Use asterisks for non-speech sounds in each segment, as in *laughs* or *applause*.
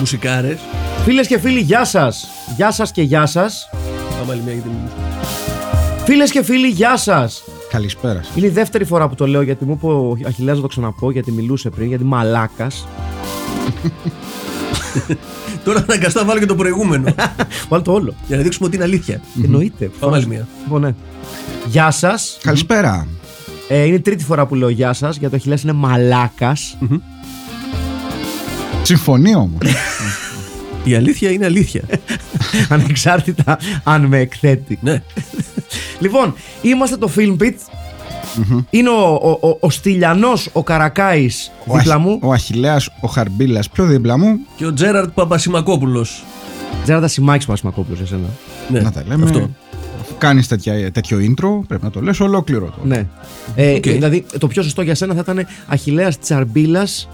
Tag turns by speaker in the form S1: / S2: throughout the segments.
S1: Μουσικάρες.
S2: Φίλες και φίλοι, γεια σας. Γεια σας και γεια σας.
S1: Πάμε άλλη μια γιατί μου.
S2: Φίλες και φίλοι, γεια σας.
S3: Καλησπέρα σας.
S2: Είναι η δεύτερη φορά που το λέω γιατί μου είπε ο Αχιλέας να το ξαναπώ γιατί μιλούσε πριν, γιατί μαλάκας.
S1: Τώρα αναγκαστά βάλω και το προηγούμενο.
S2: Βάλε το όλο.
S1: για να δείξουμε ότι είναι αλήθεια.
S2: Εννοείται.
S1: Πάμε άλλη μια.
S2: Λοιπόν, ναι. Γεια σας.
S3: Καλησπέρα.
S2: Ε, είναι η τρίτη φορά που λέω γεια σας γιατί ο Αχιλέας είναι μαλάκας.
S3: Συμφωνεί όμως.
S1: Η αλήθεια είναι αλήθεια.
S2: ανεξάρτητα αν με εκθέτει.
S1: ναι.
S2: Λοιπόν, είμαστε το Film Pit. Είναι ο, ο, ο, ο Στυλιανός, ο Καρακάης δίπλα μου.
S3: ο Αχηλέα, ο Χαρμπίλας, πιο δίπλα μου.
S1: Και ο Τζέραρτ Παπασημακόπουλος.
S2: Τζέραντα Σιμάκης Παπασημακόπουλος εσένα.
S1: Ναι.
S3: Να τα λέμε.
S1: Αυτό.
S3: Αφού κάνει τέτοιο intro, πρέπει να το λες ολόκληρο το.
S2: Ναι. Ε,
S1: Οκ.
S2: Δηλαδή, το πιο σωστό για σένα θα ήταν Αχιλέας Τσαρμπίλας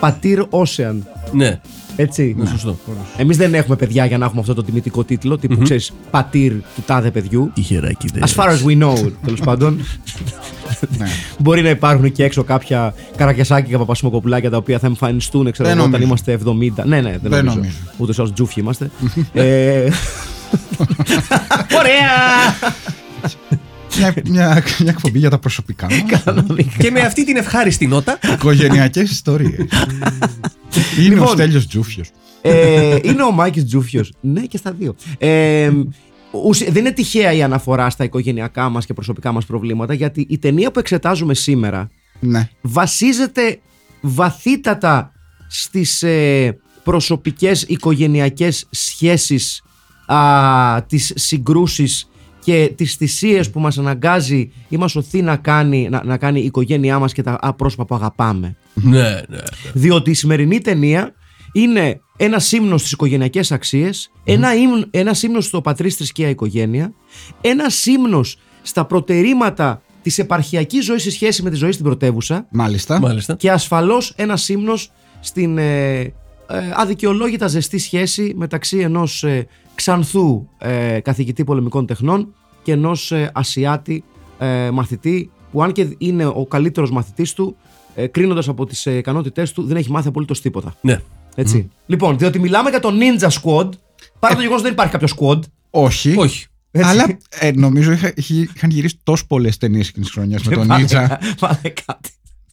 S2: Πατήρ Όσεαν.
S1: Ναι.
S2: Έτσι.
S1: Ναι, σωστό.
S2: Εμείς δεν έχουμε παιδιά για να έχουμε αυτό το τιμητικό τίτλο, τύπου ξέρεις πατήρ του τάδε παιδιού.
S1: Τυχεράκι δεν.
S2: As far
S1: *laughs*
S2: as we know,
S3: *laughs*
S2: τέλος πάντων.
S3: Ναι.
S2: Μπορεί να υπάρχουν και έξω κάποια καρακιασάκια παπασιμοκοπουλάκια τα οποία θα εμφανιστούν ξέρω,
S3: Δεν
S2: εγώ, όταν
S3: νομίζω.
S2: είμαστε 70. Ναι, ναι, δεν,
S3: Δεν
S2: νομίζω.
S3: νομίζω.
S2: Ούτως ή άλλως τζούφι είμαστε. ε... Ωραία!
S3: Μια, μια, μια εκπομπή για τα προσωπικά μας.
S1: και με αυτή την ευχάριστη νότα.
S3: Οικογενειακές ιστορίες. Είναι ο Στέλιος Τζούφιος.
S2: ε, είναι ο Μάκη Τζούφιος. ναι, και στα δύο. Ε, ουσι- δεν είναι τυχαία η αναφορά στα οικογενειακά μας και προσωπικά μας προβλήματα, γιατί η ταινία που εξετάζουμε σήμερα
S3: Ναι.
S2: βασίζεται βαθύτατα στις ε, προσωπικές οικογενειακές σχέσεις α, τις συγκρούσεις και τις θυσίες που μας αναγκάζει ή μας οθεί να κάνει, να, να κάνει η οικογένειά μας και τα α, πρόσωπα που αγαπάμε.
S1: ναι, ναι, ναι.
S2: Διότι η σημερινή ταινία είναι ένα ύμνος στις οικογενειακές αξίες, ένα, ύμν- ένας ύμνος στο πατρίς θρησκεία οικογένεια, ένα ύμνος στα προτερήματα της επαρχιακής ζωής σε σχέση με τη ζωή στην πρωτεύουσα
S3: Μάλιστα.
S1: Μάλιστα.
S2: και ασφαλώς ένα ύμνος στην ε, ε, αδικαιολόγητα ζεστή σχέση μεταξύ ενός ε, ξανθού ε, καθηγητή πολεμικών τεχνών και ενός ε, ασιάτη ε, μαθητή που αν και είναι ο καλύτερος μαθητής του ε, κρίνοντας από τις ε, ικανότητές του δεν έχει μάθει απολύτως τίποτα.
S1: Ναι.
S2: Έτσι. Λοιπόν, διότι μιλάμε για το Ninja Squad παρά το γεγονός ότι δεν υπάρχει κάποιο squad
S3: Όχι.
S1: Όχι.
S2: Έτσι.
S3: Αλλά ε, νομίζω είχα- είχε- είχαν γυρίσει τόσο πολλές ταινίες εκείνης της χρονιάς με τον
S2: Βάλε-
S3: Νίτσα
S2: *laughs* Βάλε κάτι.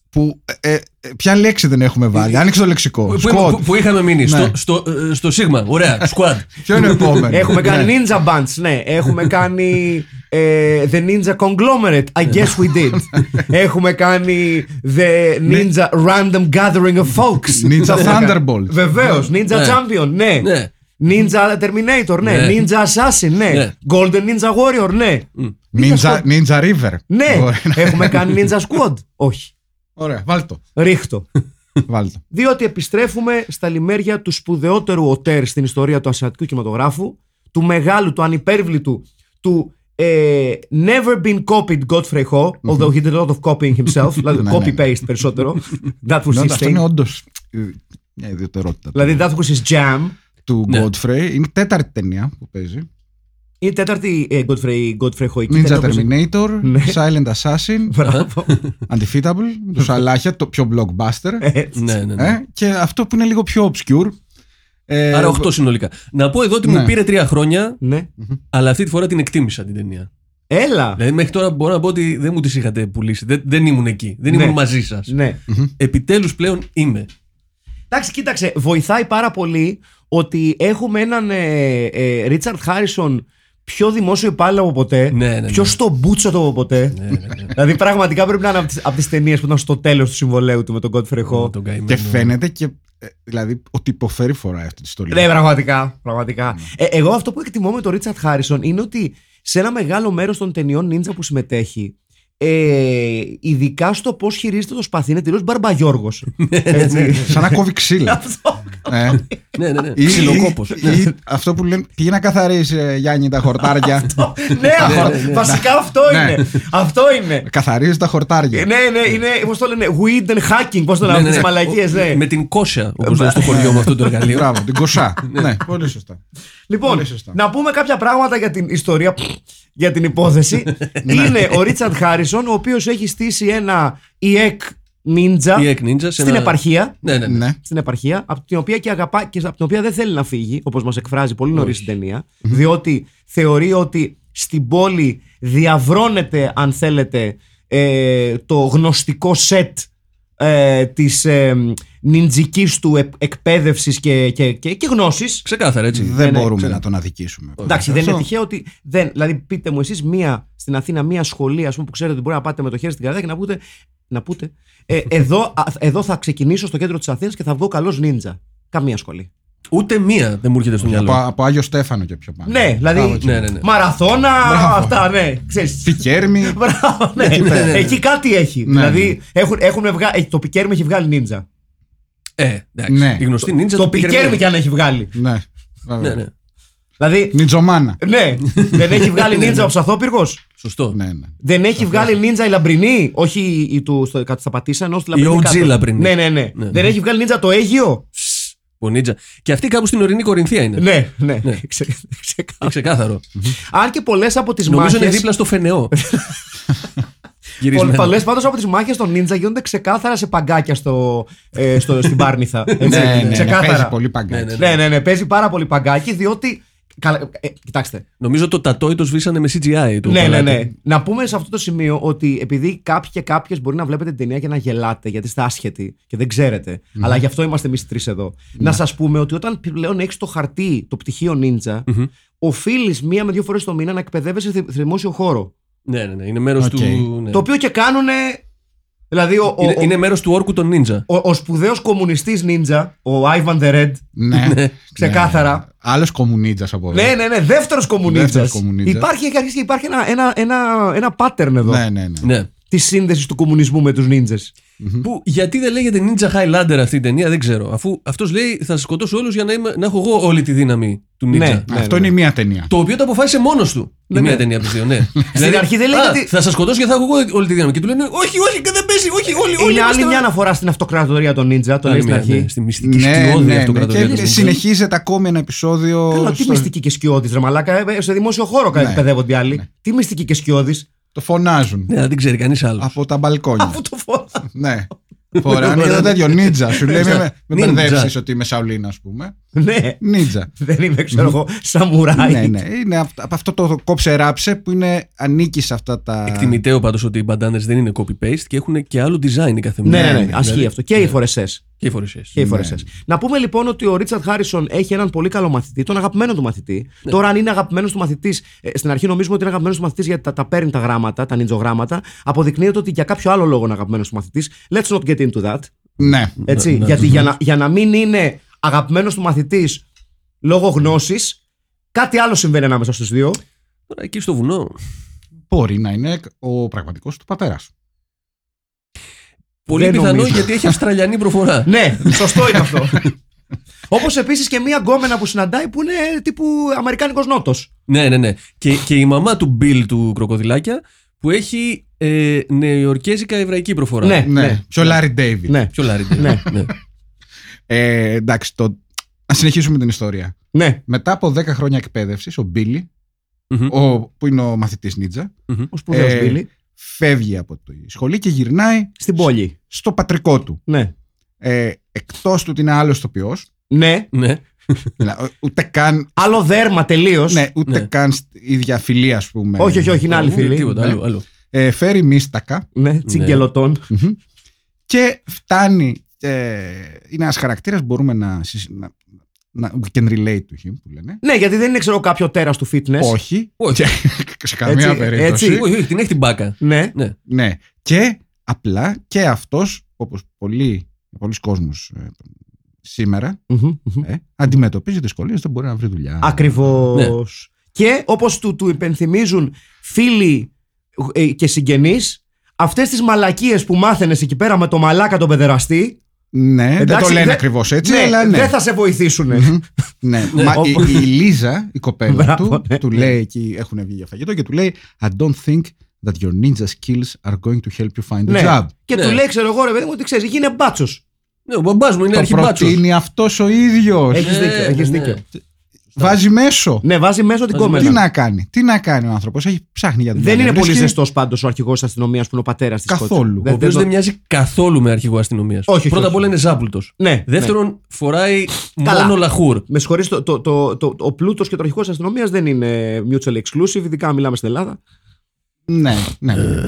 S3: που. ε, ε, ποια λέξη δεν έχουμε βάλει. Άνοιξε το λεξικό.
S1: Που,
S3: Σκοτ.
S1: που, που είχαμε μείνει
S3: Ναι.
S1: στο, στο, ε, στο Σίγμα. Ωραία. Squad.
S3: Ποιο είναι το επόμενο.
S2: Έχουμε
S3: Ναι.
S2: κάνει Ninja Bands, ναι. Έχουμε κάνει ε, The Ninja Conglomerate. I guess we did.
S3: *laughs*
S2: Έχουμε κάνει The Ninja Random Gathering of Folks.
S3: Ninja Thunderbolt.
S2: Βεβαίως. Ninja
S1: Ναι.
S2: Champion, ναι.
S1: Ναι.
S2: Ninja Terminator, ναι.
S1: Ναι.
S2: Ninja Assassin, ναι.
S1: Ναι. Mm.
S2: Golden Ninja Warrior, ναι.
S3: Ninja, Ninja River.
S2: Ναι.
S3: Μπορεί να-
S2: Έχουμε κάνει Ninja Squad. Όχι.
S3: Ωραία, βάλτο.
S2: Ρίχτο.
S3: βάλτο.
S2: Διότι επιστρέφουμε στα λιμέρια του σπουδαιότερου οτέρ στην ιστορία του ασιατικού κινηματογράφου, του μεγάλου, του ανυπέρβλητου, του ε, never been copied Godfrey Ho, although he did a lot of copying
S3: *laughs*
S2: himself, δηλαδή
S3: Ναι, ναι.
S2: copy-paste
S3: *laughs*
S2: περισσότερο. That was
S3: Λέω,
S2: his
S3: Ναι, Αυτό είναι
S2: thing.
S3: όντως μια ιδιαιτερότητα
S2: Δηλαδή that was his jam.
S3: του
S1: Ναι.
S3: Godfrey. Είναι η τέταρτη ταινία που παίζει.
S2: Είναι η τέταρτη ε, Godfrey, Godfrey Ho. εκεί,
S3: Ninja
S2: τέταρτη που-
S3: Terminator,
S2: Ναι.
S3: Silent Assassin,
S2: *laughs*
S3: *laughs*
S2: Μπράβο.
S3: Undefeatable, τους Σαλάχια, το πιο blockbuster.
S2: Έτσι.
S1: ναι, ναι, ναι.
S3: ε, και αυτό που είναι λίγο πιο obscure. Ε,
S1: Άρα 8 συνολικά. Να πω εδώ ότι μου
S3: ναι.
S1: πήρε 3 χρόνια,
S2: Ναι.
S1: αλλά αυτή τη φορά την εκτίμησα την ταινία.
S2: Έλα.
S1: Δηλαδή, μέχρι τώρα μπορώ να πω ότι δεν μου τις είχατε πουλήσει. Δεν, δεν ήμουν εκεί. Δεν ήμουν
S2: Ναι.
S1: μαζί σας.
S2: Ναι.
S1: Επιτέλους πλέον είμαι.
S2: Εντάξει, κοίταξε, βοηθάει πάρα πολύ ότι έχουμε έναν Ρίτσαρντ Χάρισον πιο δημόσιο υπάλληλο από ποτέ.
S1: Ναι, ναι,
S2: πιο
S1: ναι.
S2: στο μπούτσο του από ποτέ. δηλαδή, πραγματικά πρέπει να είναι από τις ταινίες που ήταν στο τέλος του συμβολέου του με τον Godfrey Ho.
S1: Τον καημένο.
S3: Και φαίνεται και. ε, Δηλαδή ότι υποφέρει φορά αυτή τη ιστορία.
S2: Ναι, πραγματικά. πραγματικά.
S1: Ναι.
S2: Ε, εγώ αυτό που εκτιμώ με τον Ρίτσαρτ Χάρισον είναι ότι σε ένα μεγάλο μέρος των ταινιών Ninja που συμμετέχει, ε, ειδικά στο πώς χειρίζεται το σπαθί. Είναι τελείως μπαρμπαγιόργος.
S3: Σαν να κόβει
S1: *laughs*
S3: ξύλα. Ε.
S1: Ναι, ναι, ναι.
S3: Ή-
S1: Ξυλοκόπος.
S3: ή- ή Αυτό που λένε, πήγαινε να καθαρίσει ε, Γιάννη τα χορτάρια.
S2: ναι, αυτό- βασικά αυτό
S3: Ναι.
S2: είναι. αυτό είναι.
S3: Καθαρίζεις τα
S2: Ε,
S3: χορτάρια.
S2: Ναι, ναι, είναι. Πώς το λένε, weed and hacking. Πώς το
S1: Ναι,
S2: λένε
S1: ναι,
S2: τις
S1: ναι.
S2: μαλακίες, ναι.
S1: Με την κόσια, όπως λένε στο χωριό με αυτό το εργαλείο.
S3: Ναι. Μπράβο, την κοσά. Ναι, πολύ σωστά.
S2: Λοιπόν,
S3: Πολύ σωστά.
S2: να πούμε κάποια πράγματα για την ιστορία, για την υπόθεση.
S1: *laughs* Ναι.
S2: είναι ο Ρίτσαρντ Χάρισον, ο οποίος έχει στήσει ένα EEC Ninja
S1: Η Εκ E Ninja. σε
S2: στην
S1: ένα-
S2: επαρχία.
S1: Ναι, ναι, ναι.
S3: Ναι.
S2: Στην επαρχία, από την οποία και αγαπά και από την οποία δεν θέλει να φύγει, όπως μας εκφράζει πολύ νωρίς στην ταινία. Διότι θεωρεί ότι στην πόλη διαβρώνεται, αν θέλετε, ε, το γνωστικό σετ ε, της ε, νιντζικής του εκ- εκπαίδευσης και, και, και, και γνώσης
S1: Ξεκάθαρα έτσι.
S3: Δεν
S2: ναι,
S3: μπορούμε
S2: ξέρω.
S3: να τον αδικήσουμε.
S2: Εντάξει, δεν είναι
S3: Αυτό.
S2: τυχαίο ότι. Δεν, δηλαδή, πείτε μου εσείς μία στην Αθήνα, μία σχολή ας πούμε, που ξέρετε ότι μπορεί να πάτε με το χέρι στην καρδιά και να πούτε. Να πούτε ε, εδώ, α, εδώ θα ξεκινήσω στο κέντρο της Αθήνας και θα βγω καλός νίντζα. Καμία σχολή.
S1: Ούτε μία δεν μου έρχεται στο
S3: Από,
S1: μυαλό.
S3: από Άγιο Στέφανο και πιο πάνω.
S2: Ναι, δηλαδή.
S3: Μπράβο, εκεί.
S1: Ναι, ναι, ναι.
S2: Μαραθώνα,
S3: Μπράβο.
S2: αυτά, ναι. Ξέρεις.
S3: Πικέρμη.
S2: Μπράβο, ναι.
S3: Εκεί πέρα.
S2: Εκεί κάτι έχει.
S3: Ναι,
S2: δηλαδή, έχουν, έχουν βγα... ε, το πικέρμι έχει βγάλει νίντζα.
S1: Ε,
S3: Ναι.
S1: εντάξει. Η γνωστή νίντζα.
S2: Το
S1: του Peter
S2: πικέρμι
S1: Pan.
S2: κι αν έχει βγάλει.
S3: Ναι.
S1: Ναι,
S3: βέβαια.
S1: ναι.
S2: Δηλαδή,
S3: Νιτζομάνα.
S2: ναι, δεν έχει βγάλει νίντζα ο ψαθόπυργος.
S1: Σωστό.
S3: Ναι, ναι.
S2: Δεν έχει βγάλει νίντζα η λαμπρινή. Όχι η, η του. Στο, κάτω στα πατήσα, ενώ στη λαμπρινή.
S1: OG
S2: κάτω.
S1: λαμπρινή.
S2: Ναι, ναι, ναι,
S1: Ναι.
S2: Δεν έχει βγάλει νίντζα το Αίγυο.
S1: Ο νίντζα. Και αυτή κάπου στην ορεινή Κορινθία είναι.
S2: Ναι, ναι.
S1: Ναι.
S2: Ξε- *laughs* ξεκάθαρα.
S1: Είναι Ξεκάθαρο.
S2: Αν και πολλές από τις μάχε.
S1: Νομίζω είναι δίπλα στο
S3: *laughs*
S1: φενεό. Γυρισμένα.
S2: Πολλές πάντως από τις μάχες των νίντζα γίνονται ξεκάθαρα σε παγκάκια στο, ε, στο, στην Πάρνηθα. Έτσι,
S3: Ναι, ναι, ναι, παίζει
S2: ξεκάθαρα.
S3: πολύ
S1: Ναι,
S3: παγκάκι.
S1: ναι.
S2: ναι, ναι, ναι, παίζει πάρα πολύ παγκάκι διότι. Καλά, ε, κοιτάξτε,
S1: Νομίζω το τατόι το σβήσανε με CGI. Το
S2: ναι, ναι,
S1: παλάτι.
S2: ναι. Να πούμε σε αυτό το σημείο ότι επειδή κάποιοι και κάποιες μπορεί να βλέπετε την ταινία και να γελάτε γιατί είστε άσχετοι και δεν ξέρετε, αλλά γι' αυτό είμαστε εμείς τρεις εδώ.
S3: Ναι.
S2: Να σας πούμε ότι όταν πλέον έχεις το χαρτί, το πτυχίο Ninja, οφείλεις μία με δύο φορές το μήνα να εκπαιδεύεσαι σε δημόσιο χώρο.
S1: Ναι, ναι, ναι. Είναι μέρος
S3: Οκ.
S1: του. ναι.
S2: Το οποίο και κάνουν. Δηλαδή, ο, ο,
S1: Είναι, είναι μέρος του όρκου των νίντζα.
S2: ο, ο σπουδαίος κομμουνιστής Ninja, ο Ivan the Red,
S3: Ναι.
S2: ξεκάθαρα.
S3: Άλλος κομμουνίτσα από εδώ.
S2: Ναι, ναι, ναι, δεύτερος κομμουνιστή.
S3: Δεύτερος κομμουνίτσας.
S2: Υπάρχει, έχει αρχίσει και υπάρχει ένα, ένα, ένα, ένα pattern εδώ
S3: Ναι, ναι, ναι.
S1: Ναι.
S2: της σύνδεσης του κομμουνισμού με τους νίντζες.
S1: Που, γιατί δεν λέγεται Ninja Highlander αυτή η ταινία, δεν ξέρω. Αφού αυτός λέει θα σα σκοτώσω όλους για να, είμαι, να έχω εγώ όλη τη δύναμη του Ninja.
S2: Ναι.
S3: Αυτό είναι η μία ταινία.
S1: Το οποίο το αποφάσισε μόνος του. η μία
S2: ναι.
S1: ταινία από τι
S2: *laughs*
S1: δύο, ναι.
S2: αρχή δεν
S1: «Α,
S2: λέγεται-
S1: Θα σας σκοτώσω και θα έχω εγώ όλη τη δύναμη. Και του λένε Όχι, όχι, δεν παίζει, όχι, όλοι, Ε, όλοι.
S2: Είναι άλλη
S1: είμαστε
S2: μια
S1: όλοι».
S2: αναφορά στην αυτοκρατορία των νίντζα, το λέει
S1: Άλλη
S2: στην
S1: μια,
S2: αρχή. ναι,
S1: ναι, Στη μυστική σκιώδη αυτοκρατορία.
S3: ναι. Και
S1: του Ninja.
S3: συνεχίζεται ακόμη ένα επεισόδιο.
S2: Καλά, τι
S3: στο-
S2: μυστική και σκιώδης, ρε Μαλάκα. ε, Σε δημόσιο χώρο ναι. εκπαιδεύονται οι άλλοι. Τι μυστική και σκιώδης,
S3: Το φωνάζουν
S1: Ναι, δεν ξέρει κανείς άλλος.
S3: από τα μπαλκόνια.
S2: αφού το φορά.
S3: Ναι. Φοράνε ένα τέτοιο νίτζα. Σου λέει με, με
S1: Νίτζα.
S3: μπερδεύσει ότι είμαι Σαουλίνα, ας πούμε.
S2: *laughs* ναι,
S3: Νίτζα.
S2: δεν είμαι, ξέρω εγώ, σαμουράι.
S3: ναι, ναι. Είναι απ- από αυτό το κόψε ράψε που είναι ανήκει σε αυτά τα.
S1: Εκτιμητέο πάντως ότι οι μπαντάνες δεν είναι copy-paste και έχουν και άλλο design η καθεμία. Δηλαδή,
S2: Ναι, ναι, ναι, ασχεί αυτό. Και οι φορεσές.
S1: Και οι φορεσίε.
S2: Και οι φορεσές. Να πούμε λοιπόν ότι ο Ρίτσαρτ Χάρισον έχει έναν πολύ καλό μαθητή, τον αγαπημένο του μαθητή.
S1: Ναι.
S2: Τώρα, αν είναι αγαπημένος του μαθητής, ε, στην αρχή νομίζουμε ότι είναι αγαπημένος του μαθητής γιατί τα, τα παίρνει τα γράμματα, τα νιτζογράμματα. Αποδεικνύεται ότι για κάποιο άλλο λόγο είναι αγαπημένος του μαθητής. Let's not get into that.
S3: Ναι.
S2: Έτσι,
S1: Ναι, ναι.
S2: γιατί Για, να, για να μην είναι αγαπημένος του μαθητής λόγω γνώσης, κάτι άλλο συμβαίνει ανάμεσα στους δύο.
S1: Τώρα εκεί στο βουνό.
S3: Μπορεί να είναι ο πραγματικός του πατέρας.
S1: Πολύ
S2: Δεν
S1: πιθανό
S2: νομίζω.
S1: γιατί έχει αυστραλιανή
S2: *laughs*
S1: προφορά.
S2: ναι, σωστό είναι
S1: *laughs*
S2: αυτό. Όπως επίσης και μία γκόμενα που συναντάει που είναι τύπου Αμερικάνικος Νότος.
S1: ναι, ναι, ναι. Και, και η μαμά του Μπιλ του Κροκοδιλάκια που έχει ε, νεοϊορκέζικα εβραϊκή προφορά.
S2: Ναι.
S3: Ναι. Πιο Λάρι Ντέιβι.
S2: Ναι,
S1: Πιο λάριντη.
S2: Ναι.
S1: ναι.
S3: Ε, εντάξει, το... ας συνεχίσουμε την ιστορία.
S2: ναι.
S3: Μετά από 10 χρόνια εκπαίδευσης, ο Μπίλι,
S1: Μμμ.
S3: ο, που είναι ο μαθητής Νίτζα,
S2: Ο σπουδαίο
S3: Ε,
S2: Μπίλι.
S3: φεύγει από τη σχολή και γυρνάει
S2: Στην πόλη.
S3: στο πατρικό του.
S2: Ναι.
S3: Ε, Εκτός του ότι είναι άλλος τοπιός,
S2: *laughs* Ναι.
S1: ναι.
S3: ούτε καν.
S2: Άλλο δέρμα τελείως.
S3: Ναι, ούτε
S1: Ναι.
S3: καν στη- ίδια φιλή, ας πούμε.
S2: Όχι, όχι, όχι, είναι άλλη
S1: Ναι,
S2: φίλη.
S1: Τίποτα
S3: Ναι.
S1: άλλο. άλλο.
S3: Ε, φέρει μίστακα
S2: Ναι, τσιγκελωτών.
S3: και φτάνει. Ε, είναι ένας χαρακτήρας που μπορούμε να, συ- να, να. We can relate to him, που λένε.
S2: Ναι, γιατί δεν είναι, ξέρω, κάποιο τέρας του fitness. *laughs*
S3: Όχι.
S1: Όχι.
S3: Και σε καμία
S2: Έτσι,
S3: περίπτωση.
S2: έτσι.
S1: Όχι, όχι, την έχει την μπάκα.
S2: Ναι.
S1: Ναι.
S3: Ναι. Και απλά και αυτός, όπως πολλοί, πολλοί κόσμος ε, σήμερα,
S2: Μμμ, μμμ.
S3: ε, αντιμετωπίζει δυσκολίες, δεν μπορεί να βρει δουλειά.
S2: Ακριβώς.
S1: Ναι.
S2: Και όπως του, του υπενθυμίζουν φίλοι ε, και συγγενείς, αυτές τις μαλακίες που μάθαινες εκεί πέρα με το μαλάκα τον πεδεραστή.
S3: Ναι, δεν
S2: εντάξει,
S3: το λένε
S2: δεν-
S3: ακριβώς έτσι,
S2: ναι,
S3: αλλά ναι.
S2: Δεν θα σε βοηθήσουν.
S3: Μμμ. ναι. Μα η,
S2: όπως-
S3: η Λίζα, η κοπέλα
S2: Μπράβο,
S3: του,
S2: ναι.
S3: του λέει εκεί, έχουν βγει για φαγητό και του λέει I don't think that your ninja skills are going to help you find a
S2: Ναι.
S3: job.
S2: Και
S1: Ναι.
S2: του λέει, ξέρω εγώ, ρε παιδί μου, ότι ξέρει, γίνε μπάτσος.
S1: Ναι, ο μπαμπά μου είναι
S3: Το
S1: αρχιμπάτσος.
S3: προτείνει αυτός ο ίδιος.
S2: Έχεις
S1: Ναι,
S2: δίκιο. Έχεις
S1: ναι.
S2: δίκιο.
S3: Βάζει μέσο.
S2: Ναι, βάζει μέσω την
S1: Βάζει
S3: Τι
S2: κόμενα.
S3: να κάνει, τι να κάνει ο άνθρωπος. Έχει ψάχνει για δουλειά.
S2: Δεν είναι
S3: βρίσκει.
S2: πολύ ζεστός πάντως ο αρχηγός αστυνομίας που είναι ο πατέρας της
S3: Καθόλου.
S1: Ο οποίος δεν μοιάζει καθόλου με αρχηγό αστυνομίας.
S2: Όχι, όχι,
S1: Πρώτα
S2: όχι.
S1: απ' όλα είναι ζάπλουτος.
S2: Ναι, ναι.
S1: Δεύτερον, φοράει
S2: Καλά.
S1: μόνο λαχούρ.
S2: Με συγχωρείς, το, το, το, το, ο πλούτος και το αρχηγός αστυνομίας δεν είναι mutually exclusive, ειδικά αν μιλάμε στην Ελλάδα.
S3: Ναι, ναι.
S2: Ε,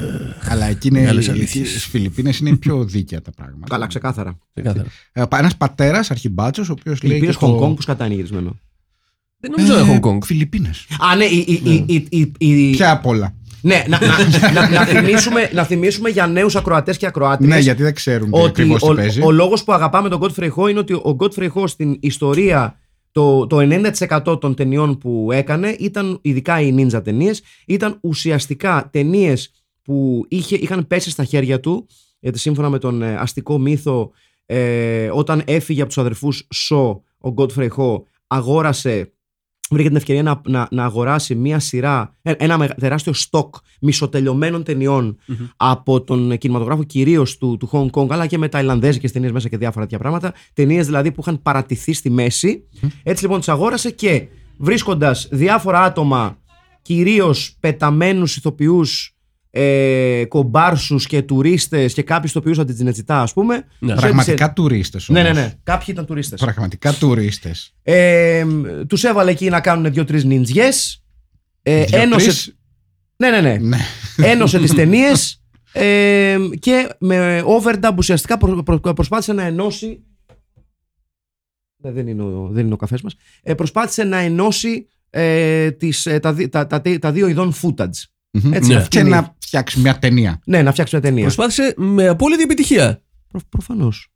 S3: Αλλά εκεί είναι.
S1: μεγάλες
S3: Στι
S1: αλήθειες.
S3: Φιλιππίνες είναι πιο δίκαια τα πράγματα. Ε,
S2: Καλά, ξεκάθαρα.
S1: Ξεκάθαρα.
S3: Ένας πατέρας αρχιμπάτσος, ο οποίος λέει.
S2: Φιλιππίνε
S3: και στο-
S2: Χονγκ Κόνγκ, πώ κατά είναι γυρισμένο.
S1: Δεν νομίζω να
S3: Ε,
S1: είναι Hong
S3: *laughs*
S1: Kong.
S3: Φιλιππίνες.
S2: Α, ναι, η. η, η, η, η, η-
S3: Ποια απ' όλα.
S2: Ναι, να, να, να, να θυμίσουμε, να θυμίσουμε για νέους ακροατές και ακροάτριες.
S3: Ναι, γιατί δεν ξέρουν
S2: ότι
S3: ακριβώς τι παίζει.
S2: ο, ο λόγος που αγαπάμε τον Godfrey Ho είναι ότι ο Godfrey Ho στην ιστορία το, το 90% των ταινιών που έκανε ήταν, ειδικά οι ninja ταινίες, ήταν ουσιαστικά ταινίες που είχε, είχαν πέσει στα χέρια του, γιατί σύμφωνα με τον ε, αστικό μύθο, ε, όταν έφυγε από τους αδερφούς Σο, ο Godfrey Ho αγόρασε βρήκε την ευκαιρία να, να, να αγοράσει μία σειρά, ε, ένα μεγα- τεράστιο στόκ μισοτελειωμένων ταινιών από τον κινηματογράφο κυρίως του, του Hong Kong, αλλά και με ταϊλανδέζικες ταινίες μέσα και διάφορα τέτοια πράγματα. Ταινίες δηλαδή που είχαν παρατηθεί στη μέση. Έτσι λοιπόν τις αγόρασε και βρίσκοντας διάφορα άτομα, κυρίως πεταμένους ηθοποιούς, ε, κομπάρσους και τουρίστες και κάποιους ηθοποιού αντιτζινετζιτά, ας πούμε.
S1: Ναι.
S2: τους
S3: Πραγματικά τουρίστε.
S2: έδισε- Ναι, ναι, ναι. Κάποιοι ήταν τουρίστες.
S3: Πραγματικά τουρίστες.
S2: Ε, τους έβαλε εκεί να κάνουν δύο-τρει νιντζιές. Ε, ένωσε, ναι, ναι, ναι.
S3: Ναι.
S2: ένωσε τις ταινίες. Ε, και με overdub ουσιαστικά προ- προ- προσπάθησε να ενώσει ναι, δεν, είναι ο, δεν είναι ο καφές μας ε, προσπάθησε να ενώσει ε, τις, ε, τα, δι- τα, τα, τα δύο ειδών footage
S3: Μμμ.
S2: έτσι,
S1: Ναι.
S2: αυτή
S3: Και
S2: είναι η-
S3: να φτιάξει μια ταινία.
S2: ναι, να φτιάξουμε ταινία
S1: Προσπάθησε με απόλυτη επιτυχία.
S2: Προ, προφανώς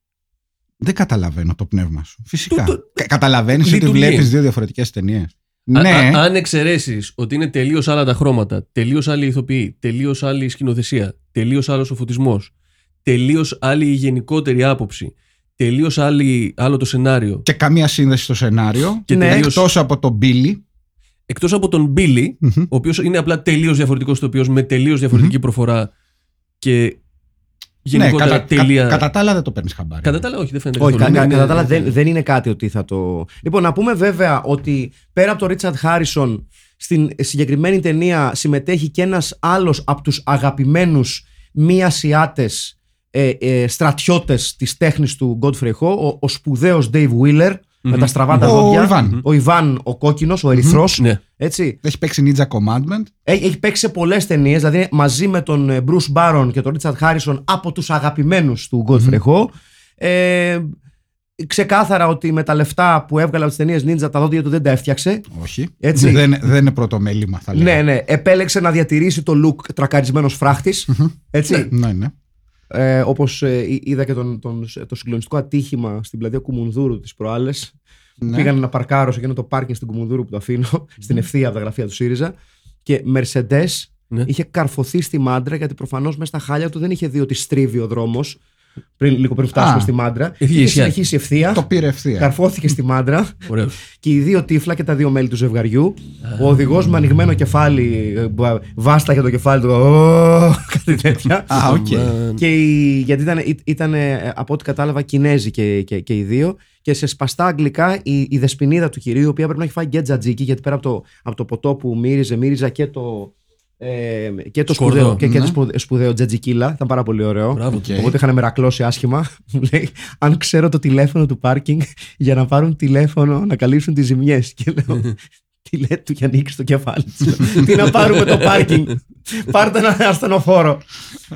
S3: Δεν καταλαβαίνω το πνεύμα σου. Φυσικά.
S1: Του- του-
S3: Καταλαβαίνεις ότι
S1: Λειτουργεί.
S3: βλέπεις δύο διαφορετικές ταινίες.
S1: Α-
S3: Ναι,
S1: α- αν εξαιρέσεις ότι είναι τελείως άλλα τα χρώματα, τελείως άλλη η ηθοποιή, τελείως άλλη η σκηνοθεσία, τελείως άλλος ο φωτισμός, τελείως άλλη η γενικότερη άποψη, τελείως άλλο το σενάριο.
S3: και καμία σύνδεση στο σενάριο.
S1: Και
S2: Ναι.
S1: τελείως,
S3: Εκτός από τον Ναι, Μπίλι.
S1: εκτός από τον Billy,
S3: Μμμ.
S1: ο οποίος είναι απλά τελείως διαφορετικός ηθοποιό με τελείως διαφορετική προφορά και
S3: Ναι,
S1: γενικότερα
S3: κατά,
S1: τελεία.
S3: κα- κατά τα άλλα δεν το παίρνεις χαμπάρι.
S1: Κατά τα άλλα, όχι, δεν φαίνεται Ναι,
S2: Όχι, κα-
S1: καθόλου.
S2: κα-
S3: Ναι,
S1: Είναι-
S2: κατά τα άλλα δεν, δεν είναι κάτι ότι θα το. Λοιπόν, να πούμε βέβαια ότι πέρα από τον Ρίτσαρντ Χάρισον, στην συγκεκριμένη ταινία συμμετέχει και ένας άλλος από τους αγαπημένους μη Ασιάτες ε, ε, στρατιώτες της τέχνης του Godfrey Ho, ο, ο σπουδαίος Dave Wheeler, με τα στραβά τα
S3: Ο
S2: δόντια.
S3: Ιβάν.
S2: Ο Ιβάν, ο κόκκινος, ο ερυθρός.
S1: Ναι.
S2: Έτσι.
S3: Έχει παίξει Ninja Commandment.
S2: Έ- Έχει παίξει σε πολλές ταινίες, δηλαδή μαζί με τον ε, Bruce Baron και τον Richard Harrison από τους αγαπημένους του Godfrey Ho. Ε, ξεκάθαρα ότι με τα λεφτά που έβγαλε από τις ταινίες Ninja τα δόντια του δεν τα έφτιαξε.
S3: Όχι.
S2: Έτσι.
S3: Δεν, δεν είναι πρώτο μέλημα, θα
S2: Ναι,
S3: λέγαμε.
S2: ναι. Επέλεξε να διατηρήσει το look τρακαρισμένος φράχτης. Έτσι.
S3: Ναι, ναι.
S2: Ε, Όπως είδα και τον, τον, το συγκλονιστικό ατύχημα στην πλατεία Κουμουνδούρου τις προάλλες.
S3: Ναι.
S2: Πήγανε να παρκάρω σε εκείνο το πάρκινγκ στην Κουμουνδούρου που το αφήνω, στην ευθεία από τα γραφεία του ΣΥΡΙΖΑ. Και Mercedes
S1: Ναι.
S2: είχε καρφωθεί στη μάντρα γιατί προφανώς μέσα στα χάλια του δεν είχε δει ότι στρίβει ο δρόμος. Πριν, λίγο πριν φτάσουμε
S3: Α,
S2: στη μάντρα.
S1: είχε
S2: Είχε
S1: ισιά.
S2: συνεχίσει ευθεία.
S3: Το πήρε ευθεία.
S2: Καρφώθηκε στη μάντρα
S1: Ωραίος.
S2: και οι δύο τύφλα και τα δύο μέλη του ζευγαριού. Ο οδηγός με ανοιγμένο κεφάλι, ε, βα- βάσταγε το κεφάλι του. «Ω», Κάτι τέτοια.
S3: Α, οκ.
S1: Ε,
S2: Και οι, γιατί ήταν, ή- ήταν, ε, από ό,τι κατάλαβα, Κινέζοι και, και, και οι δύο. Και σε σπαστά αγγλικά η, η δεσπινίδα του κυρίου, η οποία πρέπει να έχει φάει και τζατζίκι, γιατί πέρα από το, από το ποτό που μύριζε, μύριζα και το. Ε, και το
S1: Σκορδό,
S2: σπουδαίο, και, και
S3: ναι.
S2: το σπουδαίο, σπουδαίο τζατζικίλα. Ήταν πάρα πολύ ωραίο.
S1: Μπράβο.
S3: Οκ.
S2: Οπότε είχαν μερακλώσει άσχημα. *laughs* Μου λέει, αν ξέρω το τηλέφωνο του πάρκινγκ για να πάρουν τηλέφωνο να καλύψουν τις ζημιές. Και λέω, τι λέει του και ανοίξει το κεφάλι του. τι να πάρουμε το πάρκινγκ. Πάρτε ένα ασθενοφόρο.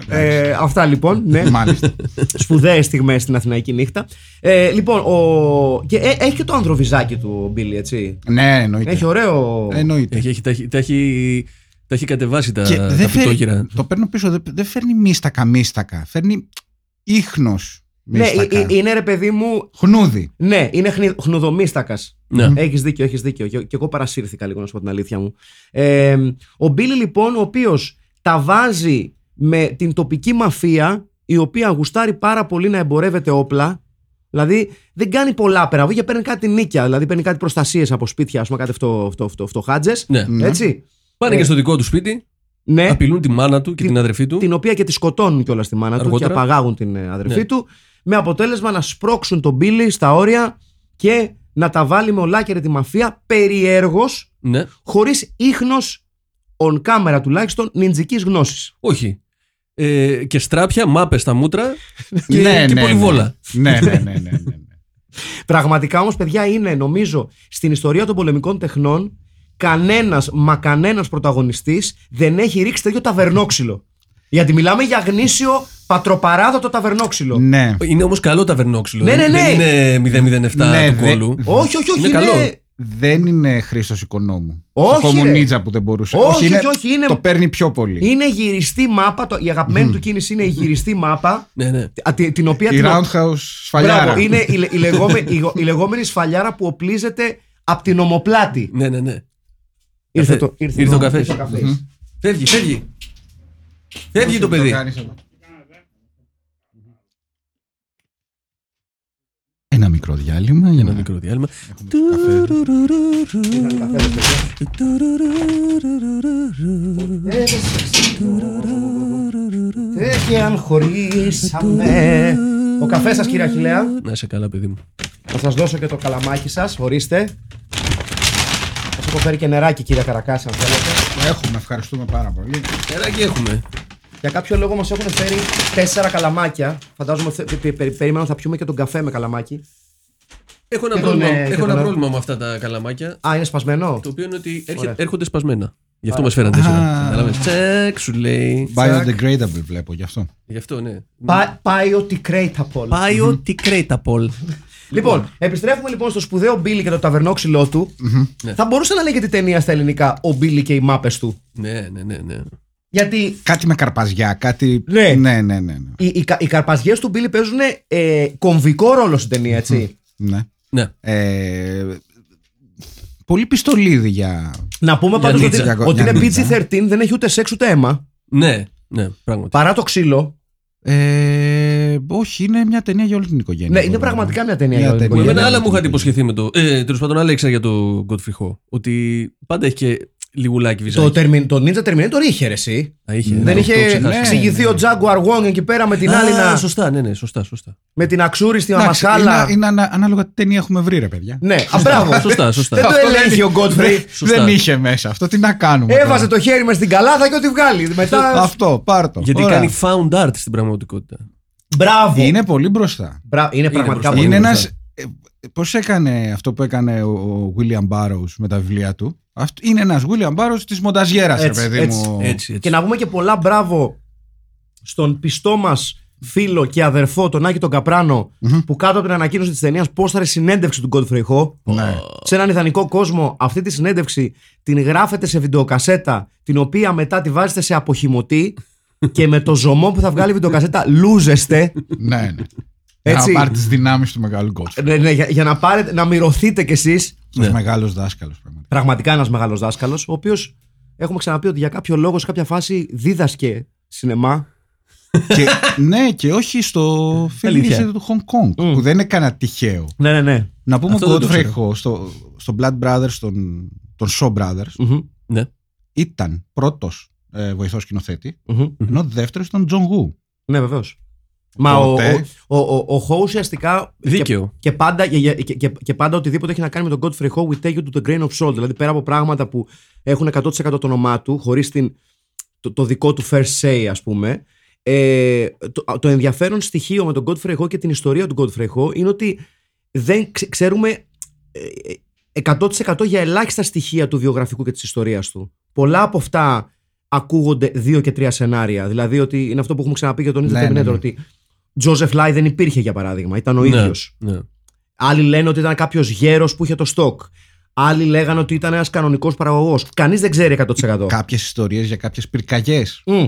S2: ε, αυτά λοιπόν. Ναι.
S3: Μάλιστα.
S2: Σπουδαίες στιγμές στην Αθηναϊκή νύχτα. Ε, λοιπόν, ο... και ε, έχει και το ανδροβιζάκι του ο Μπίλι, έτσι.
S3: ναι, εννοείται.
S2: Έχει ωραίο.
S3: εννοείται.
S1: Έχει, έχει, τα, έχει, τα, έχει, τα έχει κατεβάσει τα,
S3: Και
S1: τα
S3: δεν φέρνει-
S1: πιτόγυρα.
S3: το παίρνω πίσω, δεν, δεν φέρνει μίστακα, μίστακα. Φέρνει ίχνος
S2: ναι, ε,
S3: μίστακας.
S2: ε, είναι ρε παιδί μου.
S3: Χνούδι.
S2: Ναι, είναι χνη- χνουδομίστακας.
S1: Ναι.
S2: Έχεις δίκιο, έχεις δίκιο. Και, και εγώ παρασύρθηκα λίγο, να σου πω την αλήθεια μου. Ε, ο Μπίλι, λοιπόν, ο οποίος τα βάζει με την τοπική μαφία η οποία γουστάρει πάρα πολύ να εμπορεύεται όπλα. Δηλαδή δεν κάνει πολλά πέρα από εκεί και παίρνει κάτι νίκια. Δηλαδή παίρνει κάτι προστασίες από σπίτια, ας πούμε, κάτι φτω, φτω, φτω, φτωχάτζες.
S1: Ναι.
S3: Ναι.
S2: Έτσι.
S1: Πάνε
S2: Ε.
S1: και στο δικό του σπίτι,
S2: Ναι.
S1: απειλούν τη μάνα του και
S2: Τι-
S1: την αδερφή του.
S2: την οποία και τη σκοτώνουν κιόλας στη μάνα του και
S1: Αργότερα.
S2: απαγάγουν την ε, αδερφή
S1: Ναι.
S2: του. Με αποτέλεσμα να σπρώξουν τον Μπίλι στα όρια και να τα βάλει με ολάκερη τη μαφία περιέργως,
S1: Ναι.
S2: χωρίς ίχνος on camera τουλάχιστον νιντζικής γνώσης.
S1: Όχι. Ε, και στράπια, μάπες στα
S2: *laughs*
S1: μούτρα και,
S3: ναι,
S1: και
S3: ναι,
S1: πολυβόλα.
S3: Ναι, ναι, ναι, ναι. ναι, ναι, ναι.
S2: Πραγματικά όμως, παιδιά, είναι νομίζω στην ιστορία των πολεμικών τεχνών κανένας μα κανένας πρωταγωνιστής δεν έχει ρίξει τέτοιο ταβερνόξυλο. Γιατί μιλάμε για γνήσιο πατροπαράδοτο ταβερνόξυλο.
S3: ναι.
S1: Είναι όμως καλό ταβερνόξυλο.
S2: Ναι, ναι, ναι.
S1: Δεν είναι 007
S3: Ναι,
S1: του
S3: δε-
S1: κόλου.
S2: Όχι, όχι, όχι.
S1: Είναι καλό.
S3: Δεν είναι Χρήστος Οικονόμου.
S2: Όχι,
S3: Το
S2: ρε.
S3: Νίτσα που δεν μπορούσε.
S2: Όχι, όχι, όχι, είναι-
S3: Το παίρνει πιο πολύ.
S2: Είναι γυριστή μάπα. Το, η αγαπημένη του κίνηση είναι η γυριστή μάπα.
S1: Ναι, ναι.
S2: α, τη- την οποία.
S3: Η
S2: την ο-
S3: Roundhouse
S2: Μπράβο,
S3: σφαλιάρα.
S2: είναι η, λε- η, λεγόμε- η, γο- η λεγόμενη σφαλιάρα που οπλίζεται από την ομοπλάτη.
S1: ναι, ναι, ναι.
S2: Ήρθε,
S1: Καφέ.
S2: το, ήρθε,
S1: Ήρθε ο
S2: το-
S1: καφές.
S2: ήρθε ο καφές.
S1: Φεύγει, φεύγει. Φεύγει το
S3: Το
S1: παιδί.
S3: κάνεις εδώ. Ένα μικρό διάλειμμα για
S1: Ένα
S2: Ναι.
S3: να
S1: μικρό διάλειμμα.
S2: Ε, και αν χωρίσαμε. Ο καφέ σα, κύριε Αχηλέα.
S1: Να είσαι καλά, παιδί μου.
S2: Θα σα δώσω και το καλαμάκι σα. Ορίστε. Σα έχω φέρει και νεράκι, κύριε Καρακάση, αν θέλετε.
S3: Το έχουμε, ευχαριστούμε πάρα πολύ.
S1: Εράκι έχουμε.
S2: Για κάποιο λόγο μα έχουν φέρει τέσσερα καλαμάκια. Φαντάζομαι ότι θε- πε- πε- περίμενα θα πιούμε και τον καφέ με καλαμάκι.
S1: Έχω ένα,
S2: Έχω,
S1: πρόβλημα,
S2: ναι,
S1: έχω
S2: και
S1: ένα
S2: τον-
S1: πρόβλημα με αυτά τα καλαμάκια.
S2: Α, είναι σπασμένο.
S1: Το οποίο είναι ότι έρχε-
S2: Ωραία.
S1: έρχονται σπασμένα. Γι' αυτό μα φέραν τέσσερα.
S3: Α.
S1: Κατάλαβες. Τσεκ, σου λέει.
S3: Biodegradable βλέπω γι' αυτό.
S1: Γι' αυτό, ναι.
S2: Πα- Πάει ότι κρέιτα πολλά.
S1: Πάει ό,τι κρέτα πολ.
S2: Λοιπόν, επιστρέφουμε λοιπόν στο σπουδαίο Μπίλι και το ταβερνόξυλό του. Θα μπορούσε να λέγεται ταινία στα ελληνικά Ο Μπίλι και οι μάπες του.
S1: Ναι, ναι, ναι, ναι.
S2: Γιατί
S3: Κάτι με καρπαζιά, κάτι.
S2: Ναι.
S3: ναι, ναι. ναι, ναι.
S2: οι, οι, κα- οι καρπαζιές του Μπίλι παίζουν ε, κομβικό ρόλο στην ταινία, έτσι.
S3: ναι.
S1: Ναι.
S3: Ε, πολύ πιστολίδι για.
S2: Να πούμε πάντω
S1: Για
S2: ότι,
S3: Νίτσα.
S2: ότι
S3: Για
S2: είναι
S3: Νίτσα.
S2: PG-13, δεν έχει ούτε σεξ ούτε αίμα.
S1: Ναι, ναι, πράγματι.
S2: Παρά το ξύλο.
S3: Ε, όχι, είναι μια ταινία για όλη την οικογένεια.
S2: Ναι, είναι πραγματικά μια ταινία
S3: Μια
S2: για όλη την
S3: ταινία.
S2: οικογένεια.
S1: Εμένα άλλα
S3: ναι,
S1: μου είχατε
S3: ναι.
S1: υποσχεθεί με το. Ε, τέλος πάντων, άλλα ήξερα για το Godfrey Ho. Ότι πάντα έχει και λιγουλάκι
S2: Το,
S1: βυζάκι.
S2: Termin- το Ninja Terminator είχε ρε, εσύ.
S1: Α, είχε,
S2: δεν
S1: ναι, το
S2: είχε
S1: ξεχάσαμε.
S3: ναι.
S2: εξηγηθεί ο Jaguar Wong εκεί πέρα με την
S1: Α,
S2: άλλη να-
S1: Σωστά, ναι, ναι, σωστά, σωστά.
S2: με την αξούριστη
S3: Εντάξει,
S2: αμασχάλα.
S3: Είναι, είναι ανα- ανάλογα τι ταινία έχουμε βρει, ρε παιδιά.
S2: Ναι, α, μπράβο.
S1: *laughs* Σωστά, σωστά.
S2: Δεν το
S3: Αυτό δεν
S2: ελέγχει ο
S3: είναι-
S2: Godfrey.
S1: Σωστά.
S3: Δεν είχε μέσα αυτό. Τι να κάνουμε.
S2: Έβαζε
S3: τώρα.
S2: το χέρι μες στην καλάδα και ό,τι βγάλει. Μετά.
S3: Αυτό, πάρ το.
S1: Γιατί
S3: Ωραία.
S1: κάνει found art στην πραγματικότητα.
S2: Μπράβο. Είναι,
S3: Είναι πολύ μπροστά.
S2: Μπρα... είναι
S1: μπροστά.
S2: πραγματικά πολύ.
S3: Είναι
S1: μπροστά.
S3: ένας. Πώς έκανε αυτό που έκανε ο- ο William Burroughs με τα βιβλία του. Αυτό- Είναι ένας William Burroughs της μονταζιέρας, ρε
S2: Έτσι,
S3: παιδί
S2: έτσι,
S3: μου.
S1: Έτσι, έτσι.
S2: Και να πούμε και πολλά μπράβο στον πιστό μας φίλο και αδερφό, τον Άκη τον καπρανο που κάτω από την ανακοίνωση της ταινίας πόσταρε συνέντευξη του Godfrey Ho.
S3: Ναι.
S2: Σε έναν ιδανικό κόσμο, αυτή τη συνέντευξη την γράφετε σε βιντεοκασέτα, την οποία μετά τη βάζετε σε
S3: *laughs*
S2: αποχημωτή και με το ζωμό που θα βγάλει η βιντεοκασέτα λούζεστε.
S3: ναι, ναι.
S2: Έτσι.
S3: Να πάρει τις δυνάμεις του μεγάλου Godfrey.
S2: Ναι, ναι, για, για να, πάρετε, να μυρωθείτε κι εσείς
S1: Ναι.
S3: Ένα μεγάλος δάσκαλος, πραγματικά.
S2: πραγματικά ένας μεγάλος δάσκαλος, ο οποίος έχουμε ξαναπεί ότι για κάποιο λόγο σε κάποια φάση δίδασκε σινεμά.
S3: και, ναι, και όχι στο
S1: Αλήθεια.
S3: φιλμίδι του Hong Kong, που δεν είναι κανένα τυχαίο.
S2: Ναι, ναι, ναι.
S3: Να πούμε
S1: Αυτό
S3: ότι
S1: δεν
S3: ο
S1: το
S3: Godfrey
S1: ξέρω.
S3: Ho στο, στο Blood Brothers, των, των Shaw Brothers,
S2: Μμμ,
S1: Ναι.
S3: ήταν πρώτος ε, βοηθός σκηνοθέτη,
S2: μμμ.
S3: ενώ δεύτερος ήταν John Woo.
S2: Ναι, βεβαίως. Μα ο, ο,
S3: Τότε-
S2: ο, ο, ο Ho ουσιαστικά.
S1: Δίκαιο.
S2: Και, και, πάντα, και, και, και, και πάντα οτιδήποτε έχει να κάνει με τον Godfrey Ho, we take you to the grain of salt. Δηλαδή πέρα από πράγματα που έχουν 100% το όνομά του, χωρίς το, το δικό του first say, ας πούμε. Ε, το, το ενδιαφέρον στοιχείο με τον Godfrey Ho και την ιστορία του Godfrey Ho είναι ότι δεν ξε- ξέρουμε ε, 100% για ελάχιστα στοιχεία του βιογραφικού και της ιστορίας του. Πολλά από αυτά ακούγονται δύο και τρία σενάρια. Δηλαδή ότι είναι αυτό που έχουμε ξαναπεί για τον ίδιο
S3: Ναι, ναι,
S2: Terminator,
S3: ναι.
S2: ότι Τζόζεφ Λάι δεν υπήρχε για παράδειγμα, ήταν ο
S1: Ναι,
S2: ίδιος.
S1: ναι.
S2: Άλλοι λένε ότι ήταν κάποιος γέρος που είχε το στόκ. Άλλοι λέγανε ότι ήταν ένας κανονικός παραγωγός. Κανείς δεν ξέρει 100%.
S3: Κάποιες ιστορίες για κάποιες πυρκαγιές.
S2: Μμ.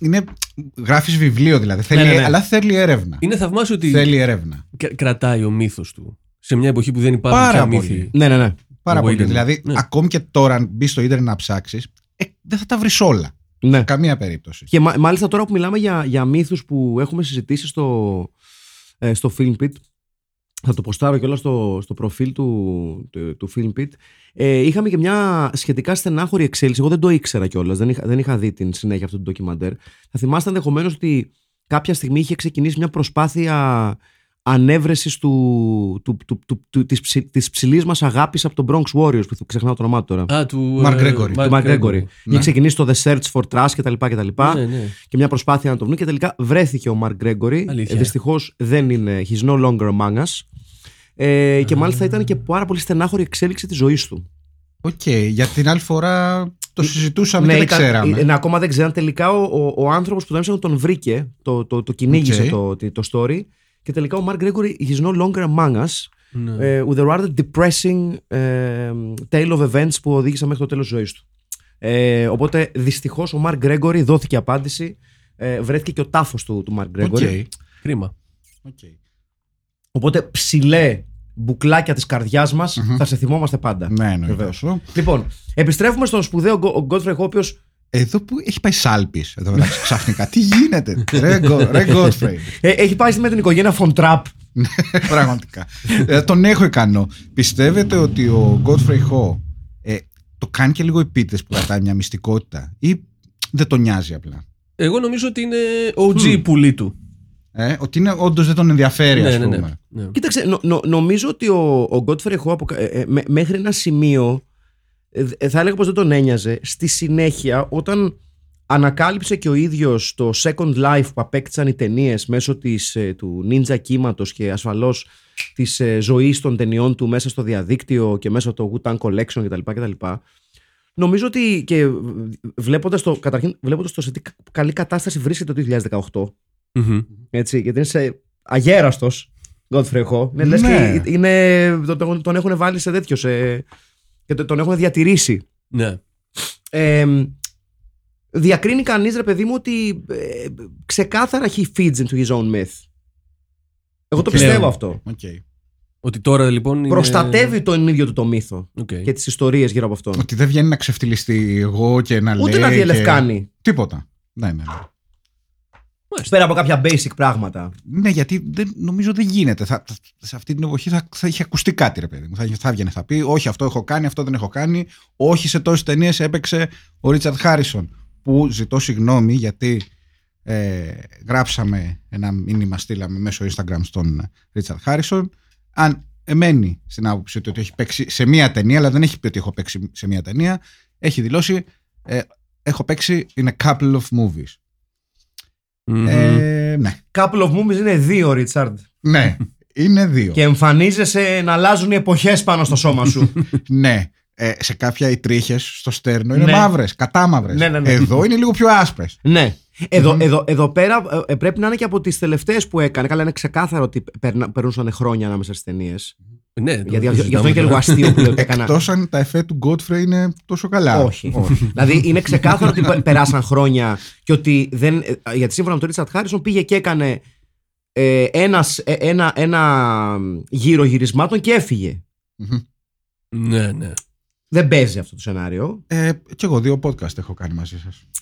S3: Είναι, γράφεις βιβλίο δηλαδή, θέλει,
S2: ναι, ναι.
S3: αλλά θέλει έρευνα.
S1: Είναι θαυμάσιο ότι
S3: Θέλει έρευνα.
S1: κρα- κρατάει ο μύθος του σε μια εποχή που δεν υπάρχουν
S3: Πάρα
S1: πια
S3: πολύ.
S1: μύθοι.
S2: Ναι, ναι, ναι.
S3: Πάρα
S1: Εγώ
S3: πολύ.
S1: ήμουν.
S3: Δηλαδή,
S1: Ναι.
S3: ακόμη και τώρα, αν μπεις στο ίντερνετ να ψάξεις, δεν ε, θα τα βρεις όλα.
S2: Ναι.
S3: Καμία περίπτωση.
S2: Και μα- μάλιστα τώρα που μιλάμε για, για μύθους που έχουμε συζητήσει στο, ε, στο Film Pit, θα το ποστάρω και όλα στο, στο προφίλ του, του, του Film Pit, ε, είχαμε και μια σχετικά στενάχωρη εξέλιξη. Εγώ δεν το ήξερα κιόλας, δεν, είχα- δεν είχα δει την συνέχεια αυτού του ντοκιμαντέρ. Θα θυμάστε ενδεχομένως ότι κάποια στιγμή είχε ξεκινήσει μια προσπάθεια ανέβρεσης του, του, του, του, του, της, ψη, της ψηλής μας αγάπης από τον Bronx Warriors που ξεχνάω το όνομά του τώρα.
S1: Α, του.
S3: Mark
S1: ε,
S3: Gregory.
S1: Mark
S2: του Mark Gregory. Είχε
S3: Ναι.
S2: ξεκινήσει το The Search for Trash κτλ. κτλ
S1: Ναι, ναι.
S2: και μια προσπάθεια να το βρουν και τελικά βρέθηκε ο Μαρκ Γκρέγκορη.
S1: Αλήθεια.
S2: Δυστυχώς δεν είναι. He's no longer among us. Ε, και μάλιστα ήταν και πάρα πολύ στενάχωρη εξέλιξη της ζωής του.
S3: Οκ, για την άλλη φορά το συζητούσαμε και δεν
S2: ήταν-
S3: ξέραμε.
S2: ε, ναι, ακόμα δεν ξέραν. Τελικά ο, ο, ο άνθρωπος που τον έψαχνε τον βρήκε, το, το, το κυνήγησε
S3: Οκ.
S2: το, το, το story. Και τελικά ο Μαρκ Γκρέγκορη, he's no longer among us.
S1: Ναι.
S2: ε, with a rather depressing ε, tale of events που οδήγησαν μέχρι το τέλος της ζωής του. Ε, οπότε δυστυχώς ο Μαρκ Γκρέγκορη δόθηκε απάντηση. Ε, βρέθηκε και ο τάφος του, του Μαρκ
S3: Οκ.
S2: Γκρέγκορη.
S1: Κρίμα.
S3: Οκ.
S2: Οπότε ψηλέ μπουκλάκια της καρδιάς μας θα σε θυμόμαστε πάντα.
S3: Ναι, εννοείται.
S2: Βεβαίως.
S3: αυτό.
S2: Λοιπόν, επιστρέφουμε στον σπουδαίο Γκο- ο Godfrey, ο οποίος
S3: Εδώ που έχει πάει σάλπης, εδώ μεταξύ ξαφνικά. Τι γίνεται, ρε Γκο- ρε Godfrey.
S2: ε, έχει πάει με την οικογένεια Von Trapp.
S3: Πραγματικά. Ε, τον έχω ικανό. Πιστεύετε ότι ο Godfrey Ho ε, το κάνει και λίγο επίτηδες που κρατάει μια μυστικότητα ή δεν τον νοιάζει απλά.
S1: Εγώ νομίζω ότι είναι OG πουλί του.
S3: Ε, ότι είναι όντως δεν τον ενδιαφέρει, ας
S1: ναι,
S3: πούμε.
S1: ναι. ναι.
S2: Κοίταξε, νο- νο- νομίζω ότι ο, ο Godfrey Ho αποκα- ε, ε, με- μέχρι ένα σημείο ε, ε, θα έλεγα πως δεν τον ένοιαζε. Στη συνέχεια, όταν ανακάλυψε και ο ίδιος το Second Life που απέκτησαν οι ταινίες μέσω της, ε, του ninja κύματος και ασφαλώς της ε, ζωής των ταινιών του μέσα στο διαδίκτυο και μέσα από το Wu-Tang Collection κτλ. κτλ. Νομίζω ότι και ε, βλέποντας το, καταρχήν, βλέποντας το σε τι καλή κατάσταση βρίσκεται το 2018,
S1: Μμμ.
S2: έτσι, γιατί είναι σε αγέραστος Godfrey Ho. Είναι, λες
S3: Ναι.
S2: και ε, είναι, το- το- τον έχουν βάλει σε τέτοιο. Σε, και το- τον έχουν διατηρήσει.
S1: Ναι.
S2: Ε, διακρίνει κανείς, ρε παιδί μου, ότι ε, ξεκάθαρα he feeds into his own myth. Εγώ το
S3: Πλέον.
S2: πιστεύω αυτό.
S3: Οκ.
S1: Ότι τώρα λοιπόν. Είναι...
S2: Προστατεύει τον ίδιο του το μύθο
S1: Οκ.
S2: και τις ιστορίες γύρω από
S3: *laughs*
S2: αυτόν.
S3: Ότι δεν βγαίνει να ξεφτυλιστεί εγώ και να λέει.
S2: Ούτε να
S3: Ναι, και-
S2: διελευκάνει.
S3: Τίποτα. Ναι, ναι. ναι.
S2: Πέρα από κάποια basic πράγματα.
S3: Ναι, γιατί δεν, νομίζω δεν γίνεται. Θα, θα- σε αυτή την εποχή θα, θα είχε ακουστεί κάτι, ρε παιδί μου. Θα, θα βγαίνει, θα πει: Όχι, αυτό έχω κάνει, αυτό δεν έχω κάνει. Όχι, σε τόσες ταινίες έπαιξε ο Ρίτσαρτ Χάρισον. Που ζητώ συγγνώμη γιατί ε, γράψαμε ένα μήνυμα, στείλαμε μέσω Instagram στον Ρίτσαρτ Χάρισον. Αν εμένει στην άποψη του ότι έχει παίξει σε μία ταινία, αλλά δεν έχει πει ότι έχω παίξει σε μία ταινία, έχει δηλώσει: ε, Έχω παίξει in a couple of movies.
S1: Μμμ.
S3: Ε, ναι.
S2: Couple of Movies είναι δύο, Ρίτσαρντ.
S3: Ναι, είναι δύο.
S2: Και εμφανίζεσαι να αλλάζουν οι εποχές πάνω στο σώμα
S3: *laughs*
S2: σου.
S3: Ναι. Ε, σε κάποια οι τρίχες στο στέρνο είναι
S2: Ναι.
S3: μαύρες, κατάμαυρε.
S2: Ναι, ναι, ναι.
S3: Εδώ είναι λίγο πιο άσπρες.
S2: Ναι. Εδώ,
S3: Μμμ.
S2: εδώ, εδώ πέρα ε, πρέπει να είναι και από τις τελευταίες που έκανε. Καλά, είναι ξεκάθαρο ότι περνα- περνούσαν χρόνια ανάμεσα στις ταινίες.
S1: Ναι, το
S2: Γιατί γι' αυτό
S1: συζητάμε
S2: είναι και λίγο
S1: τώρα.
S2: αστείο που λέω
S3: *laughs*
S2: ότι έκανα.
S3: Εκτός αν τα εφέ του Godfrey είναι τόσο καλά.
S2: Όχι. δηλαδή είναι ξεκάθαρο ότι πε- περάσαν χρόνια και ότι δεν. ε, Γιατί σύμφωνα με τον Ρίτσαρτ Χάρισον πήγε και έκανε ε, ένας, ε, ένα, ένα γύρο γυρισμάτων και έφυγε.
S3: Μμμ.
S1: Ναι, ναι.
S2: Δεν παίζει αυτό το σενάριο.
S3: Ε, κι εγώ δύο podcast έχω κάνει μαζί σας.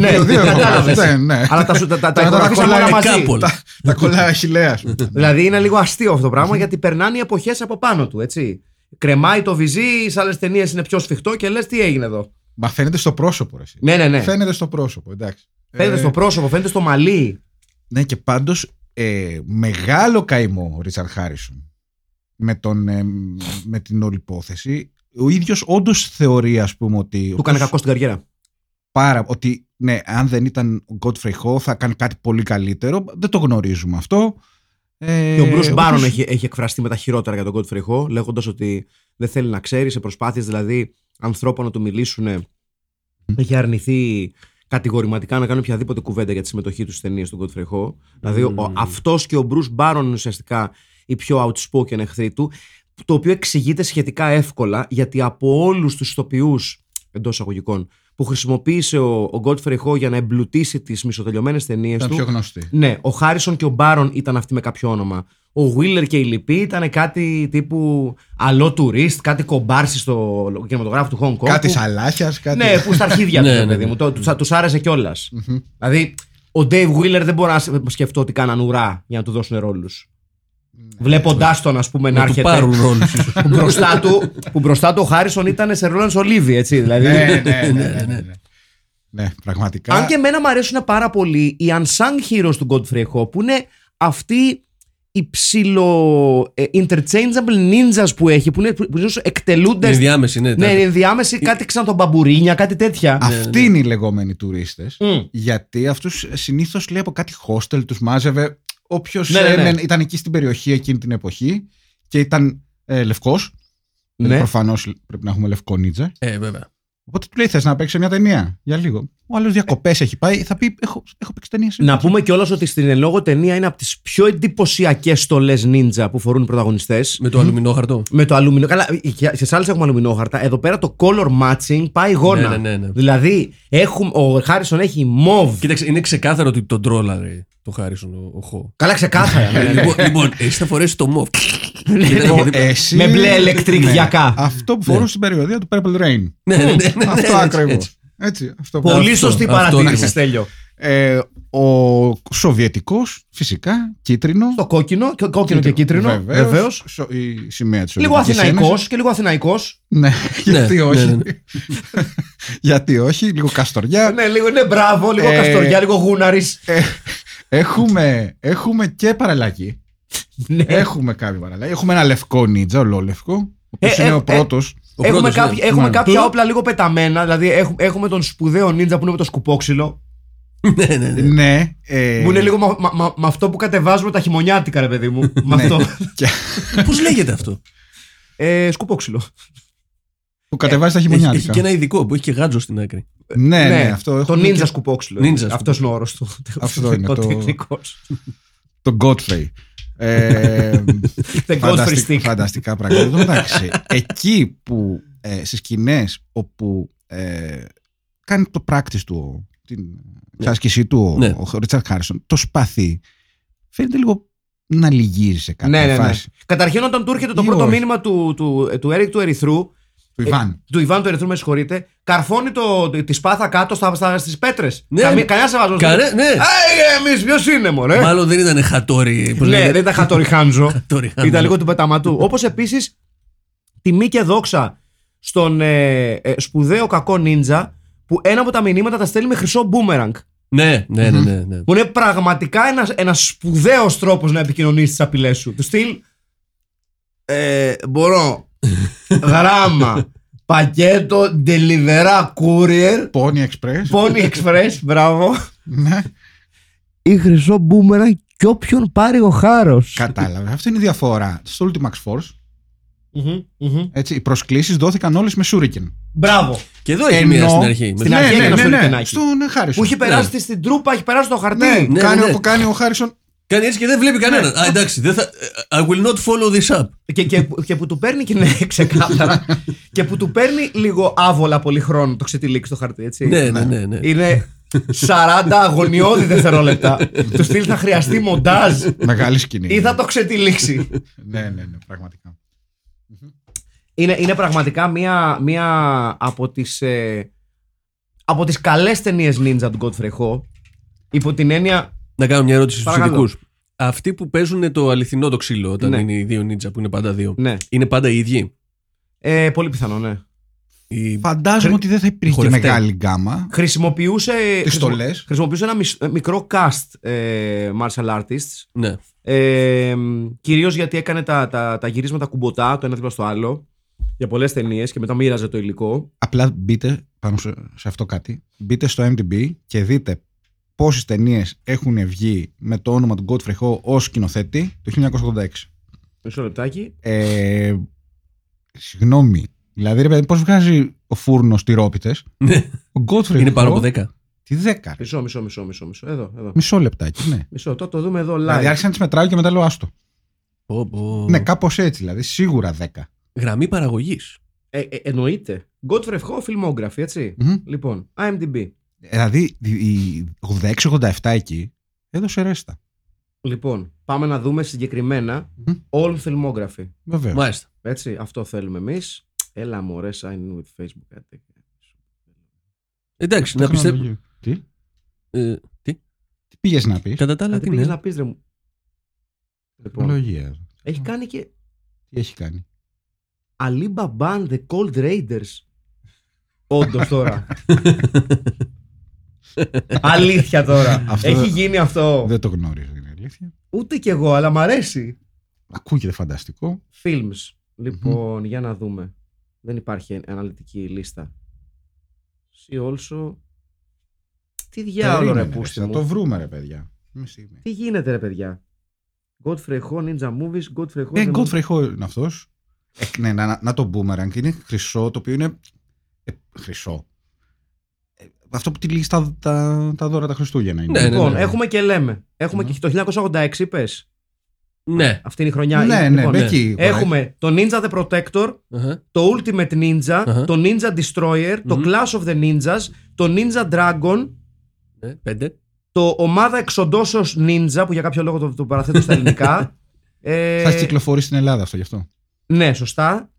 S2: ναι,
S3: δύο, δύο έχω
S2: κατάλαβες.
S3: κάνει. Ναι, ναι.
S2: Αλλά τα,
S3: *laughs*
S2: σου- τα, τα, τα
S3: Τώρα τα
S2: ηχογραφήσαμε όλα
S3: κολλάει
S2: μαζί.
S1: κάπου όλα.
S3: τα, τα κολλάει αχηλέα.
S2: Δηλαδή είναι λίγο αστείο αυτό το πράγμα γιατί περνάνε οι εποχές από πάνω του, έτσι. Κρεμάει το βυζί, σε άλλες ταινίες είναι πιο σφιχτό και λες τι έγινε εδώ.
S3: Μα φαίνεται στο πρόσωπο, ρε. εσύ.
S2: Ναι, ναι, ναι.
S3: Φαίνεται στο πρόσωπο, εντάξει.
S2: Φαίνεται
S3: Ε,
S2: στο πρόσωπο, φαίνεται στο μαλλί.
S3: Ναι, και πάντως μεγάλο καημό ο Ρίτσαρντ Χάρισον με, τον, ε, με την όλη υπόθεση. Ο ίδιος όντως θεωρεί, ας πούμε, ότι.
S2: Του έκανε κακό στην καριέρα.
S3: πάρα ότι ναι, αν δεν ήταν ο Godfrey Ho θα κάνει κάτι πολύ καλύτερο. Δεν το γνωρίζουμε αυτό. Ε,
S2: και ο Μπρουσ
S3: οποίος-
S2: Μπάρον έχει, έχει εκφραστεί με τα χειρότερα για τον Godfrey Ho, λέγοντας ότι δεν θέλει να ξέρει, σε προσπάθειες δηλαδή ανθρώπων να του μιλήσουν. ε, Έχει αρνηθεί κατηγορηματικά να κάνει οποιαδήποτε κουβέντα για τη συμμετοχή τους στις ταινίες του Godfrey Ho. Δηλαδή
S1: Μμμ.
S2: αυτός και ο Μπρουσ Μπάρον είναι ουσιαστικά οι πιο outspoken εχθροί του, το οποίο εξηγείται σχετικά εύκολα γιατί από όλους τους ηθοποιούς εντός αγωγικών που χρησιμοποίησε ο, ο Godfrey Ho για να εμπλουτίσει τις μισοτελειωμένες ταινίες
S3: ήταν
S2: του.
S3: πιο γνωστή.
S2: Ναι, ο Χάρισον και ο Μπάρον ήταν αυτοί με κάποιο όνομα. Ο Wheeler και η λοιποί ήταν κάτι τύπου αλό τουρίστ, κάτι κομπάρσι στο κινηματογράφο του Χονγκ Κόνγκ.
S3: Κάτι
S2: που-
S3: σαλάχιας, κάτι...
S2: Ναι, που στα αρχίδια του,
S1: Ναι,
S2: ρε
S1: ναι,
S2: παιδί
S1: ναι.
S2: μου. το- τους- Τους άρεσε κιόλας. Δηλαδή, ο Dave Wheeler δεν μπορώ να σε- σκεφτώ ότι κάναν ουρά για να του δώσουν ρόλους.
S3: Ναι.
S2: Βλέποντάς τον, ας πούμε, να
S1: Να του
S2: έρχεται.
S1: πάρουν ρόλους ίσως.
S2: Που μπροστά του, που μπροστά του ο Χάρισον ήταν σε ρόλο ενός Ολίβι, έτσι. Δηλαδή,
S3: *laughs* ναι, ναι, ναι, ναι, ναι, ναι. Ναι, πραγματικά.
S2: Αν και εμένα μου αρέσουν πάρα πολύ οι unsung heroes του Godfrey Ho, που είναι αυτοί οι ψηλο ε, interchangeable ninjas που έχει, που, είναι, που, που ίσως εκτελούνται.
S1: Είναι διάμεση, ναι.
S2: *laughs* ναι,
S1: τα-
S2: είναι ενδιάμεση κάτι σαν τον Μπαμπούρίνια, κάτι τέτοια.
S3: Αυτοί
S2: ναι.
S3: είναι οι λεγόμενοι τουρίστες.
S2: Μμ.
S1: ε,
S3: Γιατί αυτούς συνήθως λέει από κάτι hostel τους μάζευε. Όποιος
S2: Ναι, ναι, ναι.
S3: ήταν εκεί στην περιοχή εκείνη την εποχή και ήταν ε, λευκός.
S2: Ναι.
S3: Προφανώς πρέπει να έχουμε λευκό νίτζα.
S1: Ε, βέβαια.
S3: Οπότε του λέει: Θες να παίξεις μια ταινία για λίγο. Ο άλλος διακοπές έχει πάει. Θα πει: Έχω, έχω παίξει ταινία σήμερα.
S2: Να πούμε κιόλας ότι στην εν λόγω ταινία είναι από τις πιο εντυπωσιακές στολές ninja που φορούν οι πρωταγωνιστές.
S1: Με το αλουμινόχαρτο.
S2: Με το αλουμινό. Καλά, σε άλλε έχουμε αλουμινόχαρτα. Εδώ πέρα το color matching πάει γόνα.
S1: Ναι, ναι, ναι, ναι.
S2: Δηλαδή, έχουμε, ο Χάρισον έχει μοβ.
S1: Κοίταξε, είναι ξεκάθαρο ότι τον τρόλαρε το Χάρισον ο, ο Χο.
S2: Καλά,
S1: *laughs*
S2: ξεκάθαρα. ναι, ναι, ναι.
S1: λοιπόν, λοιπόν, εσύ θα φορέσεις το μοβ.
S3: Λοιπόν,
S2: ε,
S3: εσύ- Ναι.
S2: με μπλε Ναι. ηλεκτρικιακά.
S3: Αυτό που φορούσε στην περιοδία του Purple Rain.
S1: ναι,
S2: ε,
S1: ναι, ναι, ναι, ναι,
S3: αυτό
S1: έτσι,
S3: ακριβώ.
S1: έτσι.
S3: Έτσι. αυτό που-
S2: Πολύ
S1: Αυτό,
S2: σωστή
S1: αυτό
S2: παρατήρηση,
S1: ακριβώς.
S2: Στέλιο.
S3: Ε, ο Σοβιετικός, φυσικά, κίτρινο.
S2: Το κόκκινο, και- κόκκινο και κίτρινο. Βεβαίως.
S3: Βεβαίως, σο- Η σημαία της
S2: Λίγο αθηναϊκό και λίγο αθηναϊκός.
S3: Ναι, γιατί
S1: ναι,
S3: όχι.
S1: ναι, ναι.
S3: *laughs* γιατί όχι, λίγο καστοριά.
S2: Ναι, λίγο είναι μπράβο, λίγο
S3: Ε,
S2: καστοριά, λίγο γούναρης.
S3: Ε, έχουμε, έχουμε και παραλλαγή. ναι.
S2: Ε.
S3: έχουμε κάποια παραλλαγή. Έχουμε ένα λευκό νίτζα, ολόλευκο. Ο οποίος
S2: Ε,
S3: είναι
S2: ε,
S3: ο πρώτο.
S1: Ο
S2: Έχουμε,
S1: πρώτος, ναι.
S2: κάποια, έχουμε
S3: Μάλλον.
S2: κάποια όπλα λίγο πεταμένα. Δηλαδή, έχουμε, έχουμε τον σπουδαίο νίντζα που είναι με το σκουπόξυλο.
S1: ναι, ναι,
S2: *laughs*
S1: ναι.
S3: ναι. ε,
S2: Που είναι λίγο με μα, μα- με αυτό που κατεβάζουμε τα χειμωνιάτικα, ρε παιδί μου. με
S3: *laughs* ναι.
S2: αυτό.
S3: Και-
S1: Πώς λέγεται αυτό.
S2: Ε, σκουπόξυλο.
S3: που κατεβάζει
S2: Ε,
S1: Έχει,
S3: τα
S1: έχει και
S3: χειμωνιάτικα.
S1: ένα ειδικό που έχει και γάντζο στην άκρη.
S3: Ναι, ναι, αυτό
S2: Το
S3: έχουμε.
S2: νίντζα
S3: και
S2: σκουπόξυλο.
S1: Νίντζα
S2: Αυτό είναι ο όρος του.
S3: Αυτό είναι
S2: Ο
S3: το-
S2: τεχνικός.
S3: Τον Godfrey. Ε,
S2: *laughs* The Godfrey
S3: Φανταστικά,
S2: Stick.
S3: φανταστικά πράγματα. Εν τω μεταξύ, εκεί που ε, στις σκηνές όπου ε, κάνει το practice του, ο- την εξάσκησή του ο-
S1: Ναι.
S3: ο Ρίτσαρτ Χάρισον, το σπαθί φαίνεται λίγο να λυγίζει σε κάποια
S2: Ναι, ναι, ναι.
S3: φάση.
S2: Καταρχήν, όταν του έρχεται το
S3: Ή
S2: πρώτο
S3: όχι.
S2: μήνυμα του, του, του Eric του Ερυθρού,
S3: Του Ιβάν.
S2: του Ιβάν του Ερυθρού, με συγχωρείτε, καρφώνει το, τη σπάθα κάτω στα, στα, στις πέτρες.
S1: Ναι.
S2: Κανένα Ε, σεβασμό.
S1: Κανέ- ναι.
S2: εμείς, ποιος είναι, μωρέ.
S1: Μάλλον δεν ήταν χατόρι. πώς
S2: ε. Ναι,
S1: λέγεται.
S2: δεν ήταν
S1: *laughs*
S2: χατοριχάντζο.
S1: Χατόρι,
S2: Ήταν
S1: χάντζο.
S2: λίγο του πεταματού. Όπως επίσης, τιμή και δόξα στον ε, ε, σπουδαίο κακό νίντζα που ένα από τα μηνύματα τα στέλνει με χρυσό μπούμεραγκ.
S1: Ναι, ναι, ναι, ναι, ναι.
S2: Που είναι πραγματικά ένας ένας σπουδαίος τρόπος να επικοινωνήσεις τις απειλές σου. Του στυλ. Ε, *laughs* μπορώ. Γράμμα. Πακέτο Deliverá Courier.
S3: Pony Express.
S2: Pony Express. Μπράβο.
S3: Ναι,
S2: Ή χρυσό μπούμερα και όποιον πάρει ο χάρος.
S3: κατάλαβε. Αυτή είναι η διαφορά. Στο Ultimax Force έτσι, οι προσκλήσεις δόθηκαν όλες με Ναι, Σούρικεν.
S2: Μπράβο.
S1: Και εδώ έχει μία στην αρχή.
S2: στην αρχή έκανε ένα σουρικενάκι.
S3: Στον Χάρισον.
S2: Που έχει περάσει στην τρούπα, έχει περάσει το χαρτί.
S3: Ναι,
S1: ναι,
S3: κάνει,
S1: ναι.
S3: όπου κάνει ο Χάρισον.
S1: Κάνει έτσι και δεν
S2: Ναι.
S1: βλέπει κανέναν. Α, εντάξει, δεν θα. ε, I will not follow this up.
S2: Και, και, και που του παίρνει και ναι, *laughs* ξεκάθαρα. και που του παίρνει λίγο άβολα πολύ χρόνο το ξετυλίξει το χαρτί, έτσι.
S1: Ναι, ναι, ναι. ναι.
S2: Είναι 40 αγωνιώδη δευτερόλεπτα. του στυλ θα χρειαστεί μοντάζ
S3: Μεγάλη σκηνή.
S2: ή θα το ξετυλίξει.
S3: Ναι, ναι, ναι, πραγματικά.
S2: είναι, είναι πραγματικά μία, μία από τις, ε, από τις καλές ταινίες ninja του Godfrey Ho. Υπό την έννοια...
S1: Να κάνω μια ερώτηση στους
S2: Παρακαλώ.
S1: ειδικούς. Αυτοί που παίζουν το αληθινό το ξύλο, όταν
S2: Ναι.
S1: είναι οι δύο νίτσα που είναι πάντα δύο,
S2: Ναι.
S1: είναι πάντα οι ίδιοι.
S2: Ε, πολύ πιθανό, ναι.
S1: Οι...
S3: Φαντάζομαι
S1: Χρυ-
S3: ότι δεν θα υπήρχε και
S1: χορευτέ.
S3: μεγάλη γκάμα.
S2: Χρησιμοποιούσε...
S3: Τις
S2: χρησιμο-
S3: στολές.
S2: Χρησιμοποιούσε ένα μισ- μικρό cast ε, martial artists.
S1: Ναι.
S2: Ε, Κυρίως γιατί έκανε τα, τα, τα γυρίσματα κουμποτά το ένα δίπλα στο άλλο για πολλές ταινίες και μετά μοίραζε το υλικό.
S3: Απλά μπείτε πάνω σε, σε αυτό κάτι. Μπείτε στο MDB και δείτε πόσες ταινίες έχουν βγει με το όνομα του Godfrey Ho ως σκηνοθέτη το 1986.
S2: Μισό λεπτάκι.
S3: Ε, συγγνώμη. Δηλαδή, ρε παιδί, πώς βγάζει ο φούρνος τυρόπιτες.
S1: Ναι.
S3: Ο Godfrey
S1: Είναι
S3: Ho,
S1: πάνω από 10.
S3: Τη 10. ρε.
S2: Μισό, μισό, μισό, μισό. μισό. Εδώ, εδώ.
S3: Μισό λεπτάκι, ναι.
S2: Μισό, το, το δούμε εδώ live.
S3: Δηλαδή, άρχισα να τις μετράω και μετά λέω άστο.
S1: Πω, πω.
S3: Ναι, κάπως έτσι δηλαδή. Σίγουρα 10.
S1: Γραμμή παραγωγής.
S2: Ε, ε, εννοείται. Godfrey Ho, filmography, έτσι.
S3: Μμμ. Ε,
S2: Λοιπόν, IMDb.
S3: Δηλαδή, η- η 86-87 εκεί έδωσε ρέστα.
S2: Λοιπόν, πάμε να δούμε συγκεκριμένα
S3: Μμμ.
S2: all filmography.
S3: Βεβαίως.
S1: Μάλιστα.
S2: Έτσι, αυτό θέλουμε εμείς. Έλα, μωρέ, sign in with Facebook. Κάτι τέτοιο.
S1: Εντάξει, να πιστεύω.
S3: Τι,
S1: Ε,
S3: τι πήγες να πεις.
S1: κατά τα άλλα,
S2: Κάτι
S1: τι
S2: πήγες
S1: είναι.
S2: να πεις, ρε μου. Λοιπόν,
S3: Τεχνολογία.
S2: έχει κάνει και
S3: Τι έχει κάνει.
S2: Alibaba and the Cold Raiders. Όντως
S3: *laughs*
S2: τώρα. Αλήθεια τώρα.
S3: Αυτό-
S2: Έχει γίνει αυτό.
S3: Δεν το γνώριζα, είναι αλήθεια.
S2: Ούτε κι εγώ, αλλά μ' αρέσει.
S3: Ακούγεται φανταστικό.
S2: Films. Λοιπόν, για να δούμε. Δεν υπάρχει αναλυτική λίστα. See also. Τι διάολο ρε
S3: Περίμενε,
S2: πούστη
S3: θα
S2: μου.
S3: το βρούμε, ρε παιδιά. Μισή, ναι.
S2: Τι γίνεται ρε παιδιά. Godfrey Ho, Ninja Movies, Godfrey Ho.
S3: Ε,
S2: The
S3: Godfrey Hall είναι αυτός. ναι, να, να- να το boomerang. Είναι χρυσό, το οποίο είναι. Ε, χρυσό. Ε, αυτό που τη λύσει τα, τα, τα δώρα τα Χριστούγεννα. Είναι.
S1: Ναι, ναι,
S2: Λοιπόν,
S1: ναι.
S2: έχουμε και λέμε. Έχουμε
S3: Ναι.
S2: και το 1986 είπε.
S1: Ναι.
S2: Αυτή είναι η χρονιά.
S3: Ναι, ναι,
S2: Λοιπόν,
S3: ναι,
S1: ναι.
S3: εκεί.
S2: Έχουμε το Ninja The Protector,
S1: Αχα.
S2: το Ultimate Ninja,
S1: Αχα.
S2: το Ninja Destroyer, το
S1: Μμμ.
S2: Clash of the Ninjas, το Ninja Dragon,
S1: Ναι, Πέντε.
S2: το Ομάδα Εξοντώσεως Ninja, που για κάποιο λόγο το, το παραθέτω στα ελληνικά. ε,
S3: *laughs* Θα έχει κυκλοφορήσει στην Ελλάδα αυτό γι' αυτό.
S2: ναι, σωστά.